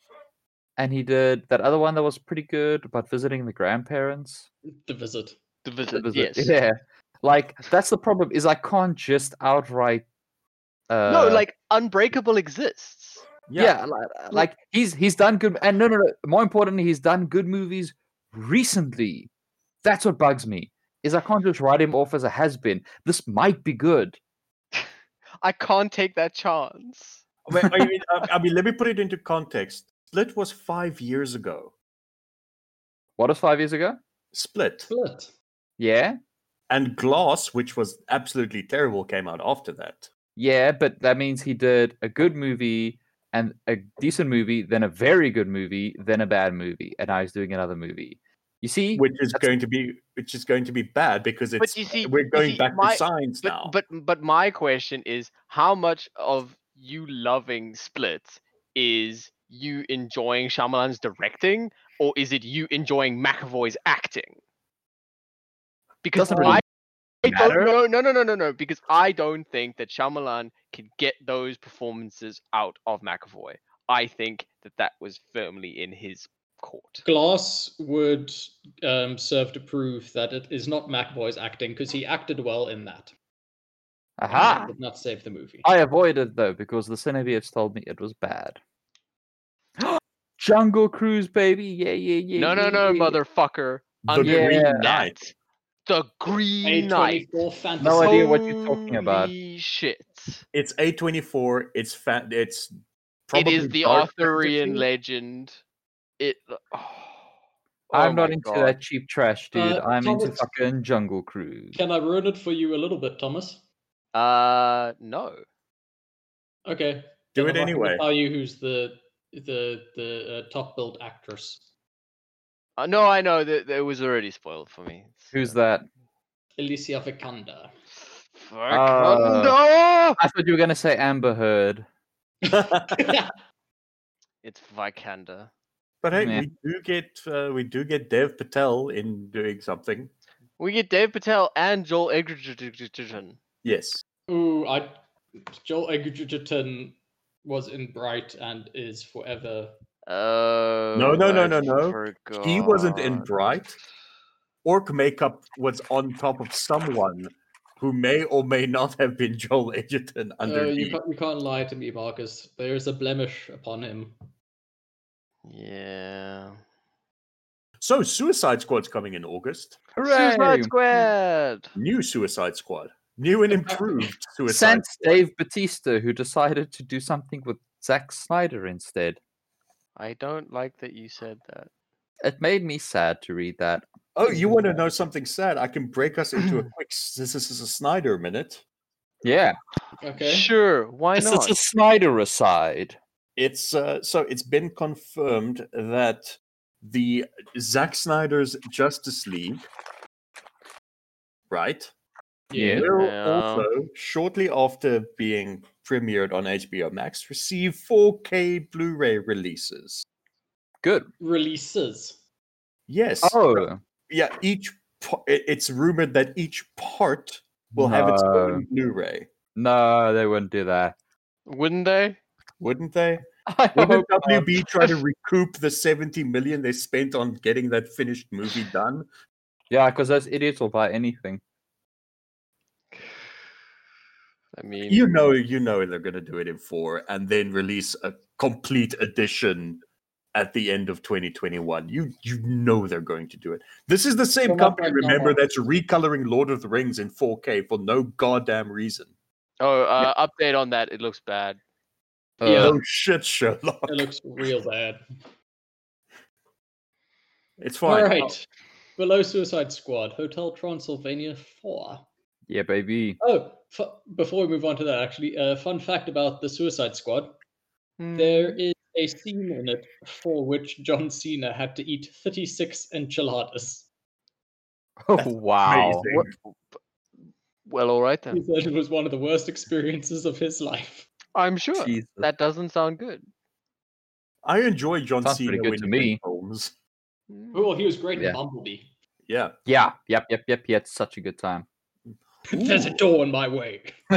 B: and he did that other one that was pretty good about visiting the grandparents.
A: the visit.
C: The
B: The
C: visit,
B: visit-
C: yes.
B: yeah. Like that's the problem is I can't just outright. Uh,
C: no, like Unbreakable exists.
B: yeah, like, like he's he's done good, and no, no, no. More importantly, he's done good movies recently. That's what bugs me is I can't just write him off as a has been. This might be good.
C: I can't take that chance.
D: Wait, I, mean, I, I mean, let me put it into context. Split was five years ago.
B: What was five years ago?
D: Split.
A: Split.
B: Yeah.
D: And Glass, which was absolutely terrible, came out after that.
B: Yeah, but that means he did a good movie and a decent movie, then a very good movie, then a bad movie, and now he's doing another movie. You see,
D: Which is
B: That's-
D: going to be which is going to be bad because it's
C: you see-
D: we're
C: you
D: going
C: see,
D: back
C: my-
D: to science
C: But
D: now.
C: but but my question is how much of you loving Split is you enjoying Shyamalan's directing, or is it you enjoying McAvoy's acting? Because
B: doesn't really
C: I, I
B: matter.
C: don't no no no no no no because I don't think that Shyamalan can get those performances out of McAvoy. I think that that was firmly in his court.
A: Glass would um, serve to prove that it is not McAvoy's acting because he acted well in that.
B: Aha!
A: Did not save the movie.
B: I avoided though because the Cinebeards told me it was bad. Jungle Cruise, baby, yeah, yeah, yeah.
C: No, no,
B: yeah,
C: no,
B: yeah.
C: motherfucker.
D: The
B: Yeah.
D: Green Knight.
C: The
A: a
C: Green Knight.
A: 24 fantasy.
B: No idea what you're talking about.
C: Holy shit.
D: It's A24. It's fat. It's
C: It
D: probably
C: is the
D: dark
C: Arthurian
D: fantasy.
C: legend. It. Oh,
B: I'm
C: Oh
B: not
C: my
B: into
C: God.
B: that cheap trash, dude.
A: Uh,
B: I'm into
A: Thomas-
B: fucking Jungle Cruise.
A: Can I ruin it for you a little bit, Thomas?
C: Uh, no.
A: Okay.
D: Do
A: then I'm not
D: it
A: gonna
D: anyway.
A: Tell you who's the the the uh, top billed actress.
C: Uh, no, I know that it was already spoiled for me.
B: Who's that?
A: Alicia Vikander.
C: Fuck.
B: Uh,
C: no!
B: I thought you were gonna say Amber Heard.
C: It's Vikander.
D: But hey,
B: Meh.
D: we do get uh, we do get Dev Patel in doing something.
C: We get Dave Patel and Joel Edgerton.
D: Yes.
A: Ooh, I Joel Edgerton was in Bright and is forever.
C: Oh.
D: no, no,
C: I
D: no, no. He wasn't in
C: forgot.
D: Bright. Orc makeup was on top of someone who may or may not have been Joel Edgerton E.
A: Uh, you,
D: underneath.
A: can't, you can't lie to me, Marcus. There is a blemish upon him.
C: Yeah.
D: so Suicide Squad's coming in August.
B: Hooray!
C: Suicide Squad.
D: New Suicide Squad. New and improved Suicide.
B: Sent Dave Batista, who decided to do something with Zack Snyder instead.
C: I don't like that you said that.
B: It made me sad to read that.
D: Oh, you want to know something sad? I can break us into a quick s- this is a Snyder minute.
B: Yeah,
A: Okay.
C: Sure. Why
B: this is
C: not?
B: a Snyder aside.
D: It's uh, so it's been confirmed that the Zack Snyder's Justice League, right,
B: Yeah.
D: will
C: Yeah.
D: also shortly after being premiered on HBO Max receive 4K Blu-ray releases.
B: Good.
A: Releases.
D: Yes,
B: Oh,
D: yeah. Each pa- it- it's rumored that each part will have its
B: No.
D: own Blu-ray,
B: no, they wouldn't do that.
C: Wouldn't they?
D: wouldn't they?
B: I
D: Wouldn't
B: hope not.
D: WB try to recoup the 70 million they spent on getting that finished movie done?
B: Yeah, because those idiots will buy anything.
C: I mean,
D: you know you know they're going to do it in four and then release a complete edition at the end of 2021 you you know they're going to do it this is the same
A: They're not
D: company
A: going
D: remember
A: nowhere.
D: that's recoloring lord of the rings in 4k for no goddamn reason
C: Oh, uh, update on that. It looks bad.
A: Yeah.
B: Uh,
D: oh shit sherlock
A: It looks real bad.
D: it's
A: All
D: fine
A: right. Below Suicide Squad, Hotel Transylvania 4.
B: yeah, baby.
A: Oh, f- before we move on to that, actually, uh, fun fact about the Suicide Squad
B: Hmm.
C: hmm,
A: there is a scene in it for which John Cena had to eat 36 enchiladas.
B: Oh,
D: That's
B: wow.
D: amazing.
C: What- Well, all right
A: He
C: then.
A: said it was one of the worst experiences of his life.
C: I'm sure
B: Jesus.
C: that doesn't sound good.
D: i enjoy john
B: Sounds
D: cena
B: pretty good
D: when
B: to
D: he's in
B: me.
D: films.
C: Hmm.
A: Oh, well, he was great
B: Yeah.
A: in Bumblebee.
D: yeah
B: Yeah, yep, yep, yep. He had such a good time.
A: There's a door in my way.
B: oh,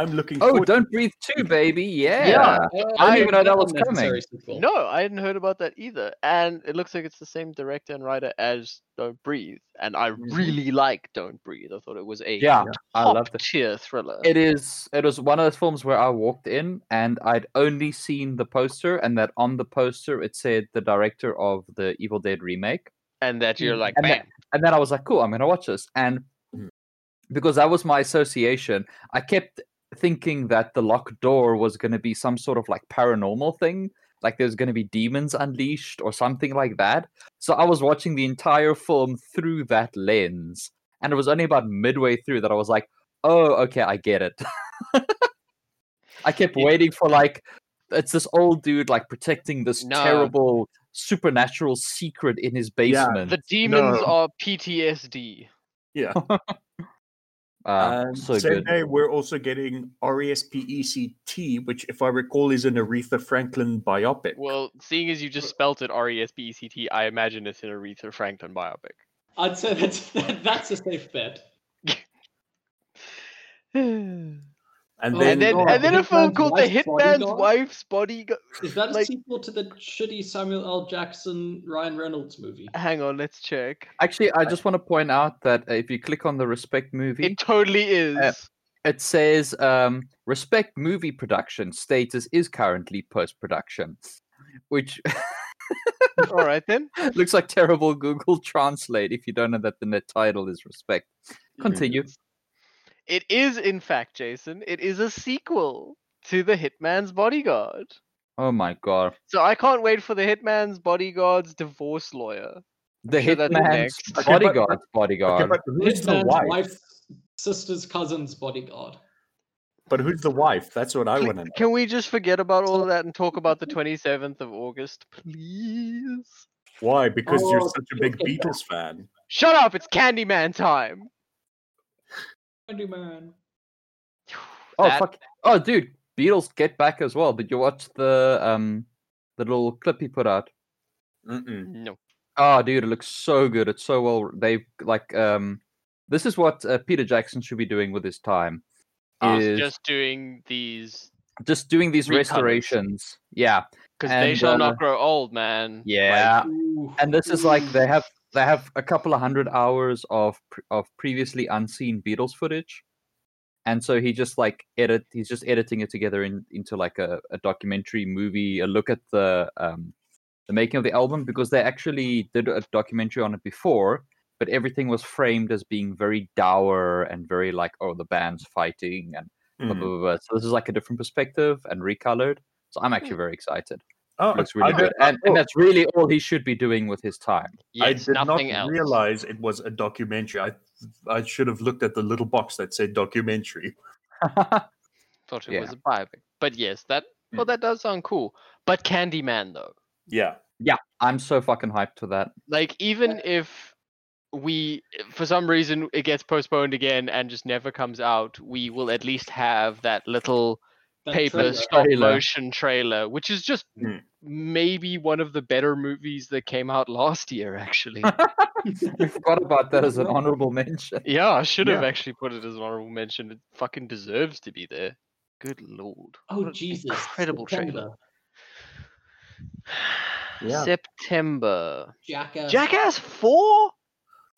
D: i'm looking forward
B: don't breathe too, baby. Yeah.
A: Uh,
B: didn't even know that was
A: unnecessary
B: coming.
A: sequel.
C: No, I hadn't heard about that either. And it looks like it's the same director and writer as Don't Breathe. And I really like Don't Breathe. I thought it was a
B: Mm-hmm. Yeah, I
C: top
B: love it.
C: tier thriller.
B: It is. It was one of those films where I walked in and I'd only seen the poster, and that on the poster it said the director of the Evil Dead remake,
C: and that you're like,
B: Mm, and
C: bam.
B: that- and then I was like, "Cool, I'm gonna watch this." And
D: Mm.
B: because that was my association, I kept thinking that the locked door was gonna be some sort of like paranormal thing, like there's gonna be demons unleashed or something like that. So I was watching the entire film through that lens, and it was only about midway through that I was like, "Oh, okay, I get it." I kept
C: Yeah.
B: waiting for like it's this old dude like protecting this
C: No.
B: terrible supernatural secret in his
D: Yeah.
B: basement.
C: the demons
D: No.
C: are PTSD.
D: yeah
B: Uh,
D: Um,
B: so
D: same
B: good.
D: day, we're also getting E RESPECT, which, if I recall, is an Aretha Franklin biopic.
C: Well, seeing as you just spelt it R E S B E C T, I imagine it's an Aretha Franklin biopic.
A: I'd say that's, that's a safe bet.
D: And
A: Oh,
D: then,
C: and then,
A: God,
C: and then a
A: Hitman's
C: film called The
A: Wife's
C: Hitman's
A: Bodyguard?
C: Wife's Bodyguard.
A: Is that a
C: Like-
A: sequel to the shitty Samuel L. Jackson Ryan Reynolds movie?
C: Hang on, let's check.
B: Actually, I just want to point out that if you click on the Respect movie,
C: It totally is.
B: it says um, respect movie production status is currently post production which
C: All right then.
B: looks like terrible google translate if you don't know that the net title is respect continue
C: It is, in fact, Jason. It is a sequel to The Hitman's Bodyguard.
B: oh my god
C: So I can't wait for The Hitman's Bodyguard's divorce lawyer.
B: the
C: sure that's
B: hitman's
C: next.
D: Okay, but-
B: bodyguard
D: okay,
B: bodyguard
D: but who's the
A: Hitman's
D: wife?
A: wife's sister's cousin's bodyguard.
D: But who's the wife? That's what I
C: Cle-
D: want to know.
C: Can we just forget about all of that and talk about the 27th of August, please?
D: Why? Because you're
A: Oh,
D: such a big
A: okay.
D: Beatles fan.
C: Shut up! It's Candyman time.
A: Candyman.
B: oh
C: That-
B: fuck oh dude beatles get back as well did you watch the um the little clip he put out
D: Mm-mm.
C: No.
B: Oh, dude, it looks so good. It's so well. They like um, this is what uh, Peter Jackson should be doing with his time,
C: He's
B: is just,
C: Oh, just doing these
B: doing these
C: recolours.
B: restorations. Yeah,
C: because they
B: And,
C: shall
B: uh,
C: not grow old, man. Like,
B: yeah.
A: Ooh.
B: and this is like they
A: Ooh.
B: have they have a couple of hundred hours of pre- of previously unseen Beatles footage, and so he just like edit. He's just editing it together in, into like a, a documentary movie, a look at the um the making of the album because they actually did a documentary on it before, but everything was framed as being very dour and very like oh the band's fighting and blah blah
D: Mm.
B: blah. blah. So this is like a different perspective and recolored. So I'm actually very excited.
D: Oh,
B: It looks
D: I
B: really good,
D: did-
B: and, and
D: oh,
B: that's really all he should be doing with his time.
D: I
C: Yes,
D: did not
C: nothing else.
D: realize it was a documentary. I I should have looked at the little box that said documentary.
C: Thought it
B: Yeah.
C: was a biopic, but yes, that well, that does sound cool. But Candyman though,
D: Yeah.
B: I'm so fucking hyped for that.
C: like even if we for some reason it gets postponed again and just never comes out, we will at least have that little
A: That
C: paper
A: trailer.
C: stop
B: Trailer.
C: motion trailer, which is just
D: Mm.
C: maybe one of the better movies that came out last year. Actually,
B: We forgot about that as an
A: Right.
B: honorable mention.
C: yeah, I should have
D: Yeah.
C: actually put it as an honorable mention. It fucking deserves to be there. Good lord!
A: Oh
C: what an
A: Jesus!
C: Incredible trailer.
A: September.
D: Yeah.
C: September.
A: Jackass.
C: Jackass 4?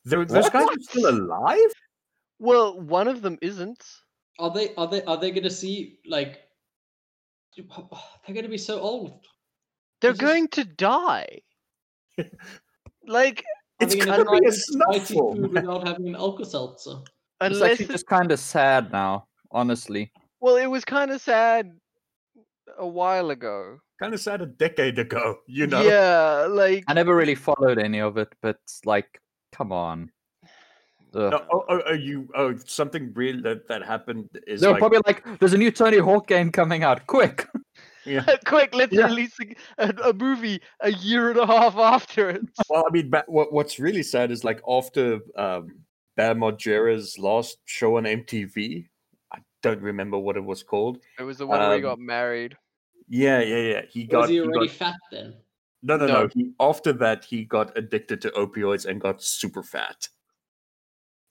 D: There, those
B: What?
D: guys are still alive?
C: Well, one of them isn't.
A: Are they? Are they? Are they going to see like? They're going to be so old.
C: They're
A: This is-
C: going to die. like,
A: Are
D: It's
A: they gonna
D: gonna
A: try
D: be a
A: to eat
D: snuff
A: spicy
D: film.
A: food without having an Alka Seltzer.
B: It's
C: unless.
B: actually
C: it-
B: just kind of sad now, honestly.
C: Well, it was kind of sad a while ago.
D: Kind of sad a decade ago, you know?
C: Yeah, like.
B: I never really followed any of it, but like, come on. Ugh.
D: No, oh, oh, oh, you, oh, something real that, that happened is
B: They're
D: like,
B: probably like, "There's a new Tony Hawk game coming out, quick!"
D: yeah.
C: Quick, let's
B: Yeah.
C: release a, a, a movie a year and a half after it.
D: Well, I mean, ba- what, what's really sad is like after um, Bam Margera's last show on MTV, I don't remember what it was called.
C: It was the one where he
D: Um,
C: got married.
D: Yeah, yeah, yeah. He got,
A: Was he
D: got-
A: already fat then?
D: no, no, no.
C: No.
D: He, after that, he got addicted to opioids and got super fat.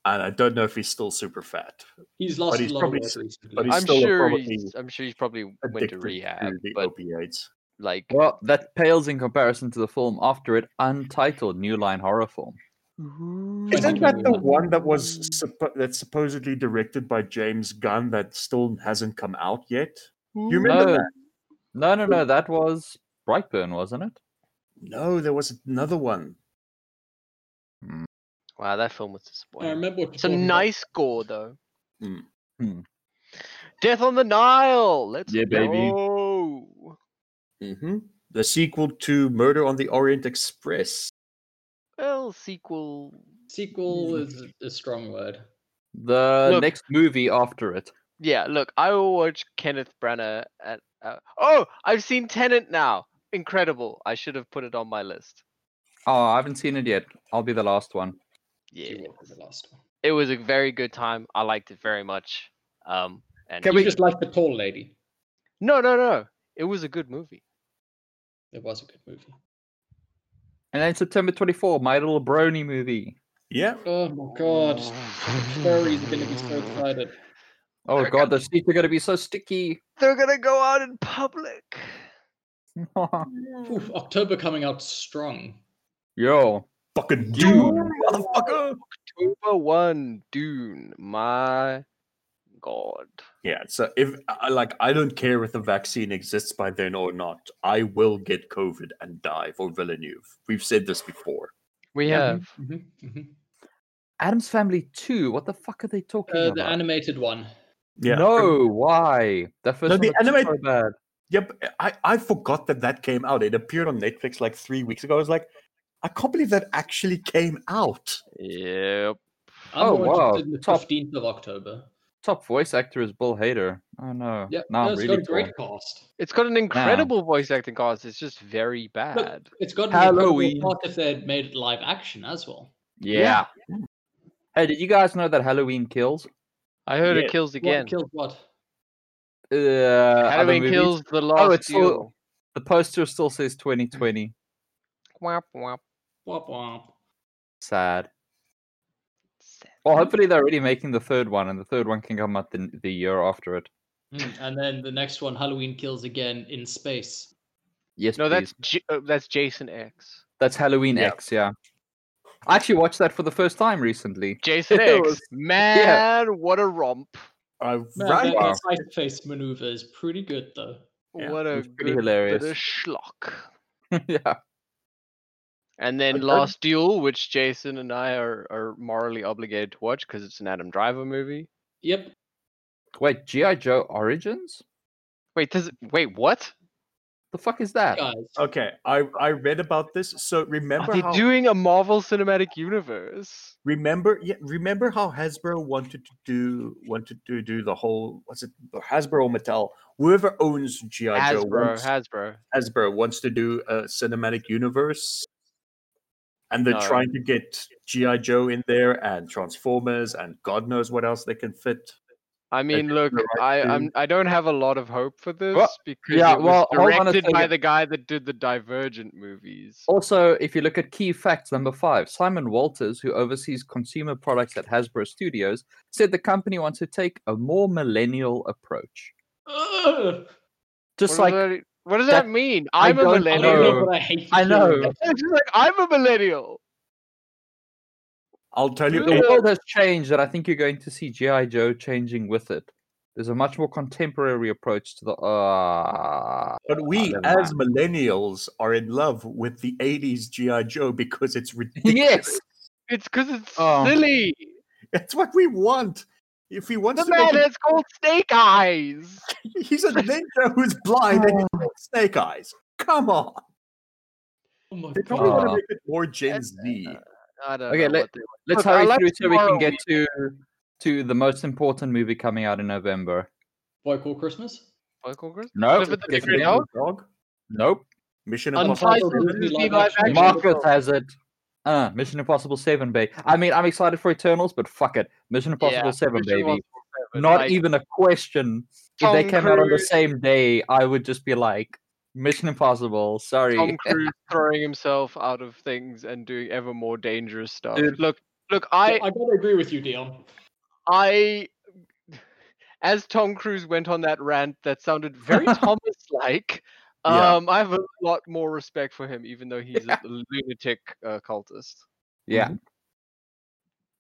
D: And I don't know if he's still super fat.
A: He's lost
D: he's
A: a lot of
D: probably
A: weight
D: s-
A: recently.
D: but he's
C: I'm
D: still
C: sure
D: probably
C: he's, I'm sure he's probably went to
D: Addicted
C: rehab,
D: the
C: but
D: opioids.
C: like
B: Well, that pales in comparison to the film after it, untitled New Line horror film.
D: Isn't that the
A: 2021.
C: Mm.
D: one that was suppo- that's supposedly directed by James Gunn that still hasn't come out yet? You remember
B: No.
D: that?
B: No, no, no, that was Brightburn, wasn't it?
D: No, there was another one.
C: Wow, that film was
A: I
C: disappointing.
A: remember what you're
C: It's a
A: talking
C: nice gore though.
D: Mm.
B: Hmm.
C: Death on the Nile. Let's
B: Yeah, baby.
C: go.
D: hmm The sequel to Murder on the Orient Express.
C: Well, sequel.
A: about. Sequel is a strong word.
B: The
C: Look.
B: next movie after it.
C: Yeah, look, I will watch Kenneth Branagh at. Uh, oh, I've seen Tenant now. Incredible. I should have put it on my list.
B: Oh, I haven't seen it yet. I'll be the last one.
A: You
C: Yeah,
A: were the last one.
C: it was a very good time. I liked it very much. Um, and
A: Can
C: you
A: we
C: should-
A: just like the tall lady?
C: No, no, no. It was a good movie.
A: It was a good movie.
B: And then September 24, My Little Brony movie.
D: Yeah.
A: Oh my god. Furries are going to be so excited.
B: Oh
C: They're
B: god,
C: gonna-
B: the seats are going to be so sticky.
C: They're gonna go out in public.
A: Oof, October coming out strong.
B: Yo,
D: Fucking dude,
B: Dune.
D: motherfucker.
C: October one, Dune. My God.
D: Yeah. So if I- like I don't care if the vaccine exists by then or not, I will get COVID and die for Villeneuve. We've said this before.
C: We
B: Yeah.
C: have.
A: Mhm, mhm.
B: Adam's Family 2. What the fuck are they talking
A: Uh,
B: about?
A: the animated one.
B: No, why? That first
D: No,
B: one
D: the
B: looks
D: animate-
B: so bad.
D: Yep. eh, I I forgot that that came out. It appeared on Netflix like three weeks ago. I was like, I can't believe that actually came out.
C: Yep.
A: I'm
B: Oh,
A: more
B: wow,
A: interested in the
B: top.
A: 15th of October.
B: Top voice actor is Bill Hader. Oh no.
A: Yeah,
B: now
A: no,
B: I'm
A: it's
B: really
A: got a
B: torn.
A: great cast.
C: It's got an incredible voice acting cast. It's just very bad.
A: It's got an
B: Halloween.
A: incredible cast if they had made it live action as well.
B: Yeah. Hey, did you guys know that Halloween Kills?
C: I heard
D: Yeah.
C: it kills again.
A: What killed what?
B: Uh, other
C: Halloween
B: movies?
C: kills the last
B: it's all-
C: duel.
B: The poster still says 2020.
C: Womp womp.
A: Womp womp.
B: Sad.
C: Sad.
B: Well, hopefully they're already making the third one, and the third one can come out the, the year after it.
A: Mm, And then the next one, Halloween kills again in space.
B: Yes,
C: No,
B: please.
C: that's J- uh, that's Jason X.
B: That's Halloween
D: Yeah.
B: X, yeah. I actually watched that for the first time recently.
C: Jason
B: It
C: X.
B: was-
C: Man, what a romp.
D: Uh,
A: Man,
D: right.
A: that
B: Wow.
A: side face maneuver is pretty good though.
D: Yeah,
C: what a
B: was pretty
C: good
B: hilarious.
C: bit of schlock.
B: yeah.
C: And then
D: Okay.
C: Last Duel, which Jason and I are, are morally obligated to watch because it's an Adam Driver movie.
A: Yep.
B: Wait, G.I. Joe Origins?
C: Wait, does it, wait, what?
B: The fuck is that?
A: Guys.
D: Okay. I I read about this. So remember
C: Are they
D: how
C: doing a Marvel Cinematic Universe?
D: remember yeah, remember how Hasbro wanted to do wanted to do the whole what's it Hasbro or Mattel whoever owns GI Joe
C: Hasbro,
D: wants,
C: Hasbro.
D: Hasbro wants to do a cinematic universe, and they're
C: No.
D: trying to get GI Joe in there and Transformers and God knows what else they can fit.
C: I mean,
D: did
C: look,
D: the
C: I
D: right thing.
C: I'm, I don't have a lot of hope for this because
B: yeah,
C: it was
B: well, hold on a
C: directed by
B: second.
C: the guy that did the Divergent movies.
B: Also, if you look at key facts number five, Simon Walters, who oversees consumer products at Hasbro Studios, said the company wants to take a more millennial approach.
A: Ugh,
B: Just like,
C: what, does that, e, what does
B: that-
C: that mean?
B: I
C: I'm a
B: don't
A: I don't
B: know.
C: millennial.
A: know, but I hate.
B: I
A: hearing
B: know.
A: that.
C: It's just like I'm a millennial.
D: I'll tell you.
C: Really?
B: the
D: it-
B: world has changed, and I think you're going to see G.I. Joe changing with it. There's a much more contemporary approach to the. Uh,
D: But we,
B: never
D: as millennials, are in love with the '80s GI Joe because it's ridiculous.
B: yes!
C: It's because it's
B: Oh.
C: silly.
D: It's what we want. If he wants
C: The
D: to make
C: man
D: a
C: that's called Snake Eyes.
D: He's a ninja who's blind and
C: Oh.
D: he's got snake eyes. Come on.
A: Oh my
D: They probably
A: god.
D: want
B: Ah.
D: to make it more Gen Z.
C: I don't
B: Okay,
C: know.
B: let-
C: what they-
B: Let's
C: Look, I
B: hurry
C: like
B: through so we
C: tomorrow
B: can get to to the most important movie coming out in November.
A: Boy Called Christmas.
C: What Congress?
B: No,
C: Clifford the
B: it's
C: Big Red
B: Big
C: Dog?
B: Dog.
D: Dog,
B: Nope.
D: Mission
A: Untitled
D: Impossible.
A: Disney
C: Disney
A: live
C: live
A: action.
C: Actually, action.
B: Marcus has it. Uh, Mission Impossible Seven, babe. I mean, I'm excited for Eternals, but fuck it, Mission Impossible
C: Yeah,
B: Seven,
C: Mission
B: baby.
C: Impossible Seven,
B: Not
C: like,
B: even a question. if they
C: Tom
B: came out on the
C: Cruise-
B: same day, I would just be like, Mission Impossible. Sorry.
C: Tom Cruise throwing himself out of things and doing ever more dangerous stuff.
B: Dude.
C: Look, look,
A: I,
C: I,
A: I gotta agree with you, Dion.
C: I, as Tom Cruise went on that rant, that sounded very Thomas-like.
D: Yeah.
C: Um, I have a lot more respect for him, even though he's a lunatic uh, cultist.
B: Yeah.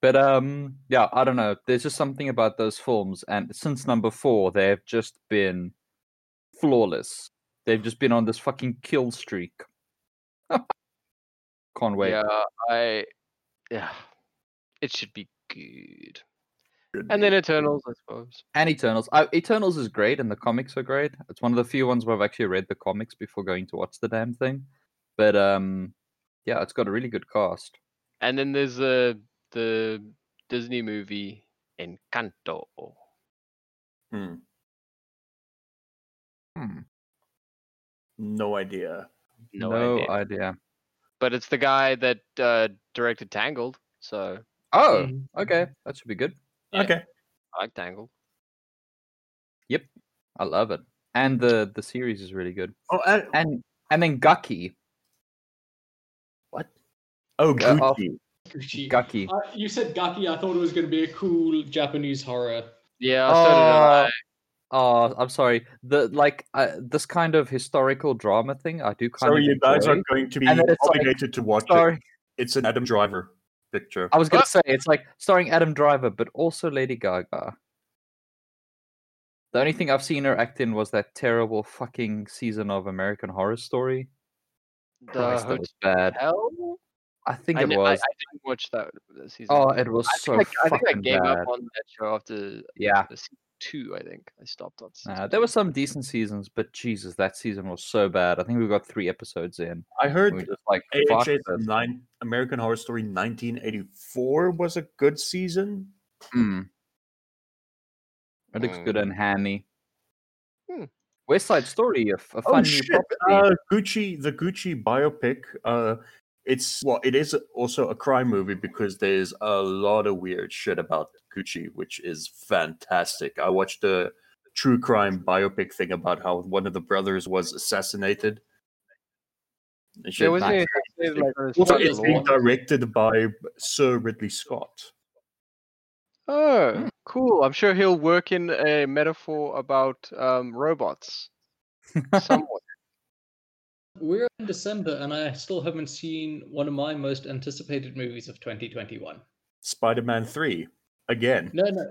B: But um, yeah, I don't know. There's just something about those films, and since number four, they've just been flawless. They've just been on this fucking kill streak. Can't wait.
C: Yeah, I, yeah, it should be good.
D: Good
C: And then Eternals, I suppose.
B: And Eternals. Uh, Eternals is great, and the comics are great. It's one of the few ones where I've actually read the comics before going to watch the damn thing. But um, yeah, it's got a really good cast.
C: And then there's uh, the Disney movie Encanto.
D: Hmm,
B: Hmm,
D: no idea.
C: No, idea.
B: idea.
C: But it's the guy that uh, directed Tangled, so
B: Oh,
A: Mm.
B: okay, that should be good.
A: Yeah.
D: Okay.
C: I like Tangled.
B: I love it, and the the series is really good.
D: Oh, and,
B: And and then Gucky,
D: oh,
B: Uh, I'll-
D: Gucci.
A: Gucci.
B: Gucky.
A: Uh, you said Gaki. I thought it was going to be a cool Japanese horror.
C: Yeah, so did I.
B: Oh, I'm sorry. The like uh, this kind of historical drama thing, I do kind
D: So
B: of.
D: you guys
B: enjoy.
D: are going to be
B: And then it's like-
D: obligated to watch
B: Sorry,
D: it. It's an Adam Driver picture.
B: I was gonna
C: What?
B: say it's like starring Adam Driver, but also Lady Gaga. The only thing I've seen her act in was that terrible fucking season of American Horror Story. Oh, Christ, that
C: The
B: was bad.
C: hotel.
B: I think
C: I,
B: it
C: kn- I, I
B: was.
C: didn't watch that that season.
B: oh, it was
C: I
B: so
C: think I, I
B: fucking
C: think I gave
B: bad.
C: up on that show after
B: yeah.
C: the season two. I think I stopped on. Season
B: Uh, there were some decent seasons, but Jesus, that season was so bad. I think we got three episodes in.
D: I
B: We were
D: heard
B: just like, fuck
D: AHS
B: this.
D: nine American Horror Story 1984 was a good season.
B: Mm. It looks good
C: Mm.
B: and handy.
C: Hmm.
B: West Side Story, a, f- a
D: Oh
B: fun new
D: shit!
B: property.
D: Uh, Gucci, the Gucci biopic. Uh, it's well, it is also a crime movie because there's a lot of weird shit about Gucci, which is fantastic. I watched a true crime biopic thing about how one of the brothers was assassinated. And shit.
C: There was
B: Nice.
D: also,
A: one
D: it's
A: is
D: being
A: one.
D: directed by Sir Ridley Scott.
C: Oh, cool. I'm sure he'll work in a metaphor about um, robots. Somewhat.
A: We're in December, and I still haven't seen one of my most anticipated movies of 2021.
D: Spider-Man Three again.
A: No, no,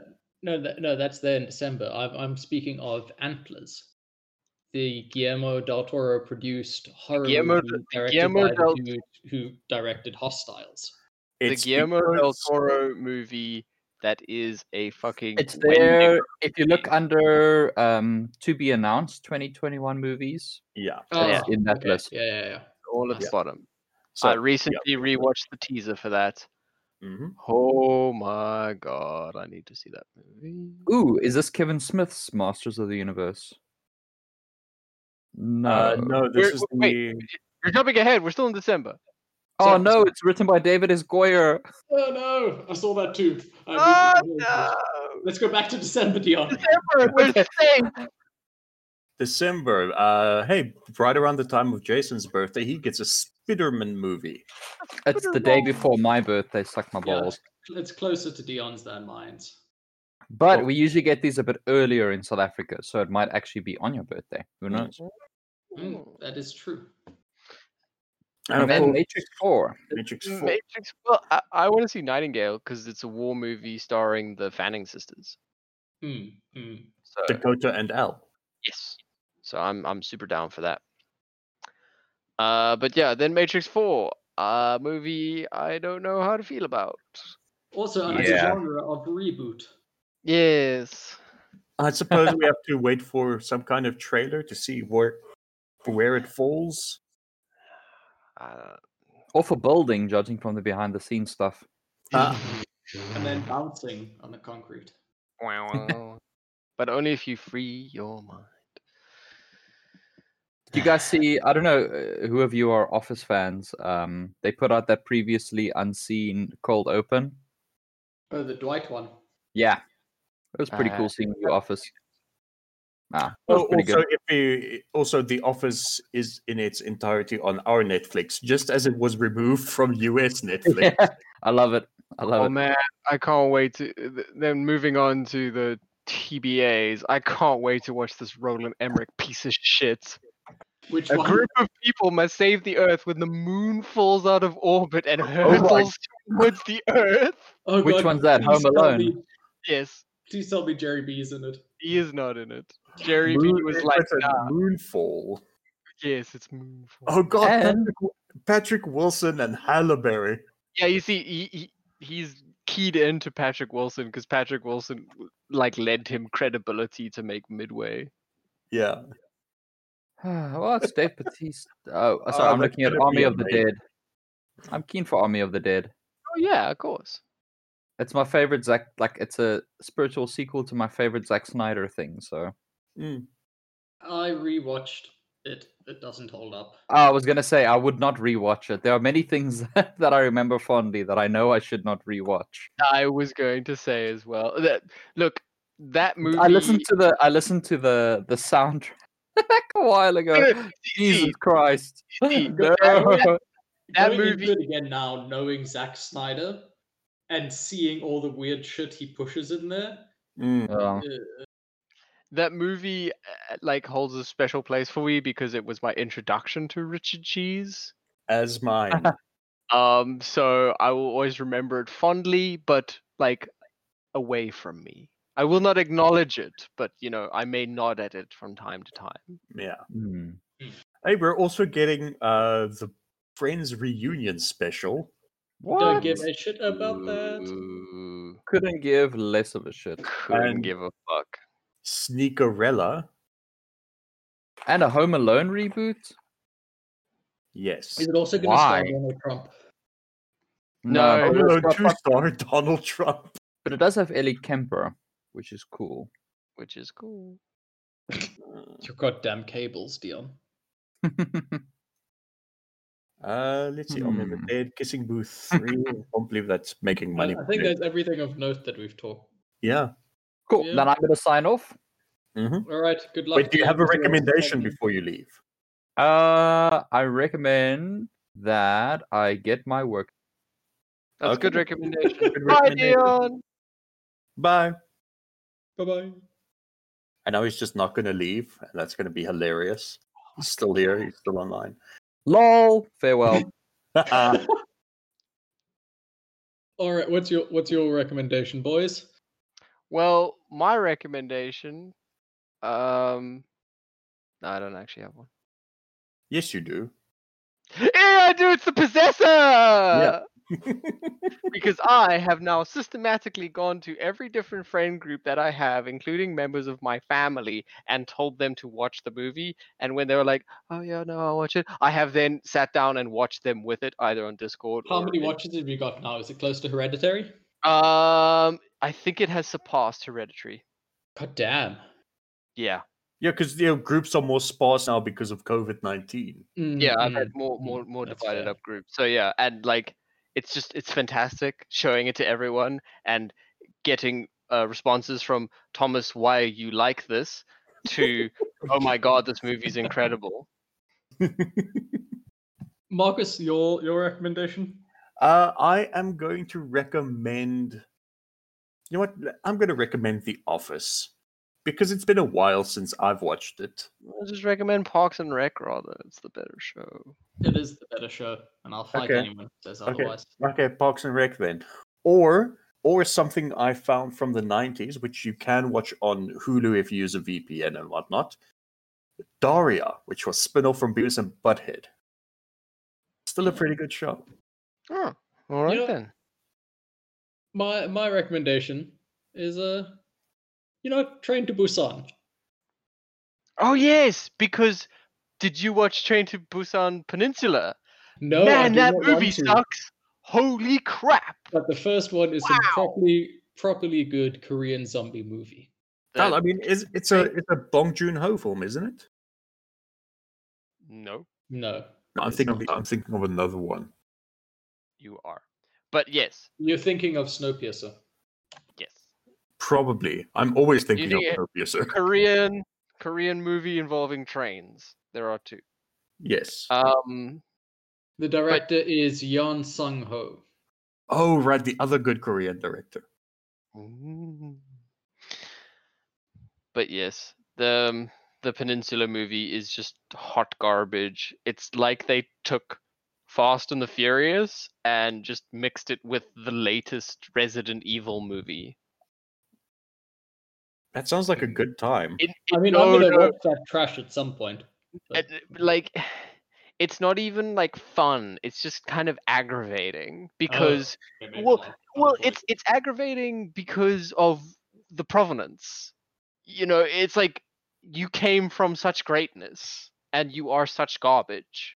A: no, tha- no. That's there in December. I've, I'm speaking of Antlers, the Guillermo del Toro produced horror
C: Guillermo
A: movie
C: del- the
A: directed
C: Guillermo
A: by
C: del-
A: the dude who directed Hostiles.
C: the
D: It's
C: Guillermo del
D: because-
C: Toro movie that is a fucking.
B: It's
C: Wendigo
B: there. If you look
C: movie.
B: under um, to be announced 2021 movies,
D: Yeah.
A: Oh,
C: yeah.
B: in that
A: okay,
B: list.
A: Yeah, yeah, yeah.
C: all at the
D: Yeah.
C: bottom.
D: So
C: I recently rewatched the teaser for that.
D: mhm.
C: Oh my god, I need to see that movie.
B: Ooh, is this Kevin Smith's Masters of the Universe? No.
D: Uh, no, this
C: We're-
D: is the.
C: wait, You're jumping ahead. We're still in December.
B: oh
A: sorry,
B: no,
A: sorry.
B: it's written by David S. Goyer.
A: Oh no! I saw that too.
C: Oh
A: I really enjoyed it. Let's go back to December, Dion.
C: December, we're safe.
D: December. Uh, hey, right around the time of Jason's birthday, he gets a Spiderman movie.
B: It's the day before my birthday. Suck my
A: Yeah,
B: balls.
A: it's, it's closer to Dion's than mine's.
B: But
D: Cool.
B: we usually get these a bit earlier in South Africa, so it might actually be on your birthday. Who
D: Hmm.
B: knows?
A: Mm,
C: Hmm.
A: that is true.
B: And
D: of
B: then
D: course,
B: Matrix Four.
D: Matrix 4.
C: Mm, Matrix. Well, I, I want to see Nightingale because it's a war movie starring the Fanning sisters.
A: Mm, mm.
C: So
D: Dakota and Al.
C: yes, so I'm I'm super down for that. Uh, but yeah, then Matrix Four, uh, movie I don't know how to feel about.
A: Also, another
B: Yeah.
A: genre of reboot.
C: Yes.
D: I suppose we have to wait for some kind of trailer to see where where it falls.
C: Uh,
B: Or for building, judging from the behind the scenes stuff. Uh.
D: Ah.
A: and then bouncing on the concrete.
C: wow. but only if you free your mind.
B: Do you guys see? I don't know uh, who of you are Office fans. Um, they put out that previously unseen cold open.
A: Oh, the Dwight one.
B: Yeah, it was pretty
C: Uh,
B: cool seeing the Office. Ah, that was
D: Oh,
B: pretty
D: also,
B: good.
D: if you, also, The Office is in its entirety on our Netflix, just as it was removed from US Netflix.
B: I love it. I love
C: Oh
B: it.
C: man, I can't wait to. th- Then moving on to the TBAs, I can't wait to watch this Roland Emmerich piece of shit.
A: Which
C: A
A: one?
C: group of people must save the Earth when the moon falls out of orbit and hurtles towards the Earth.
A: Oh,
B: Which
A: God,
B: one's that?
A: please
B: Home
A: tell
B: Alone?
A: me-
C: Yes,
A: please tell me Jerry B is in it.
C: he is not in it. Jerry B
D: Moon-
C: was
D: it
C: like,
D: a
C: nah,
D: Moonfall.
C: yes, it's moon. falls."
D: Oh, God.
B: And-
D: Patrick, Patrick Wilson and Halle Berry.
C: Yeah, you see, he, he he's keyed into Patrick Wilson because Patrick Wilson w- like lent him credibility to make Midway. Oh,
D: Yeah.
B: well, it's Dave Batiste. Oh, sorry,
D: Oh,
B: I'm
D: that's
B: looking at
D: gonna
B: Army
D: be
B: of the
D: amazing.
B: Dead. I'm keen for Army of the Dead.
C: Oh yeah, of course.
B: It's my favorite Zack. Like, it's a spiritual sequel to my favorite Zack Snyder thing. So
D: Mm.
A: I rewatched it. It doesn't hold up.
B: Ah, I was gonna say I would not rewatch it. There are many things that I remember fondly that I know I should not rewatch.
C: I was going to say as well. That look, that movie.
B: I listened to the I listened to the the soundtrack a while ago. Jesus Christ!
C: see,
B: No.
C: that- that
A: Going into
C: movie-
A: it again now, knowing Zack Snyder and seeing all the weird shit he pushes in there, uh,
D: Mm.
B: Yeah.
C: That movie uh, like holds a special place for me because it was my introduction to Richard Cheese.
D: As mine.
C: Um, so I will always remember it fondly, but like away from me. I will not acknowledge it, but you know, I may nod at it from time to time.
D: yeah.
B: Mm.
D: Hey, we're also getting uh the Friends reunion special.
A: Don't
B: What?
A: give a shit about
D: Mm.
A: that.
C: Ooh,
B: Couldn't give less of a shit.
C: couldn't
D: And-
C: give a fuck.
D: Sneakerella.
B: And a Home Alone reboot?
D: Yes.
A: Is it also going to star
C: Why?
A: Donald Trump?
C: No,
B: but
D: Home
B: it's
D: Alone
B: got-
D: 2 star Donald Trump.
B: but it does have Ellie Kemper, which is cool.
C: Which is cool.
A: Your goddamn cables, Dion.
D: Uh, let's see. I'm in the
B: Hmm.
D: dead kissing booth three. I can't believe that's making
A: I,
D: money.
A: I think that's everything of note that we've talked.
D: yeah.
B: cool.
A: Yeah.
B: Then I'm gonna sign off.
D: hmm
A: All right, good luck.
D: Wait, do you
A: Dion.
D: have a
A: Thank you.
D: recommendation before you leave?
B: Uh, I recommend that I get my work.
C: That's a good
D: Okay.
C: recommendation.
D: Good
C: Bye,
D: recommendation.
C: Dion.
D: Bye.
A: Bye-bye.
D: And now he's just not going to leave, and that's going to be hilarious. He's still here. He's still online. Uh,
B: LOL. Farewell.
A: All right, what's your what's your recommendation, boys?
C: Well, my recommendation, um, no, I don't actually have one.
D: yes, you do.
C: Yeah, I do. It's the possessor. because I have now systematically gone to every different friend group that I have, including members of my family, and told them to watch the movie. And when they were like, "Oh yeah, no, I'll watch it," I have then sat down and watched them with it, either on Discord.
A: How
C: or
A: many
C: in-
A: watches have you got now? Is it close to Hereditary?
C: Um, I think it has surpassed Hereditary.
A: God damn.
C: Yeah,
D: Yeah, because you know, groups are more sparse now because of COVID 19.
C: yeah, I've
A: Mm,
C: had more
A: mm,
C: more more
A: that's
C: divided
A: fair.
C: up groups. So yeah, and like it's just it's fantastic showing it to everyone and getting uh, responses from Thomas, why are you like this? To oh my god, this movie's incredible.
A: Marcus, your your recommendation?
D: Uh, I am going to recommend. You know what? I'm going to recommend The Office because it's been a while since I've watched it.
C: I just recommend Parks and Rec rather. It's the better show.
A: It is the better show, and I'll fight
D: Okay.
A: anyone who says
D: Okay.
A: otherwise.
D: Okay, Parks and Rec then, or or something I found from the '90s, which you can watch on Hulu if you use a VPN and whatnot. Daria, which was spin-off from Beavis and Butthead, still a pretty good show.
C: Oh, all right
A: know-
C: then.
A: My my recommendation is uh, you know, Train to Busan.
C: Oh yes, because did you watch Train to Busan Peninsula?
A: No, I
C: Man,
A: do not
C: that
A: want
C: movie
A: to,
C: sucks. Holy crap!
A: But the first one is a
C: Wow.
A: properly properly good Korean zombie movie.
D: Hell, I
C: That-
D: mean, it's, it's a it's a Bong Joon Ho film, isn't it?
C: no.
A: No,
D: No, I'm
A: It's
D: thinking
A: not.
D: of, I'm thinking of another one.
C: you are. But yes,
A: you're thinking of Snowpiercer.
C: yes.
D: Probably, I'm always thinking
C: think it-
D: of Snowpiercer.
C: Korean Korean movie involving trains. There are two.
D: Yes.
C: Um
A: The director is Yon Sung Ho.
D: oh, right, the other good Korean director.
C: mm. But yes, the um, the Peninsula movie is just hot garbage. It's like they took Fast and the Furious and just mixed it with the latest Resident Evil movie.
D: That sounds like a good time.
C: It,
A: I
C: it-
A: mean,
C: no,
A: I'm gonna
C: no,
A: watch that trash at some point. but-
C: it- like it's not even like fun. It's just kind of aggravating because
A: Okay, maybe
C: Well-
A: I'll- I'll
C: Well,
A: avoid
C: it's it's aggravating because of the provenance. You know, it's like you came from such greatness and you are such garbage.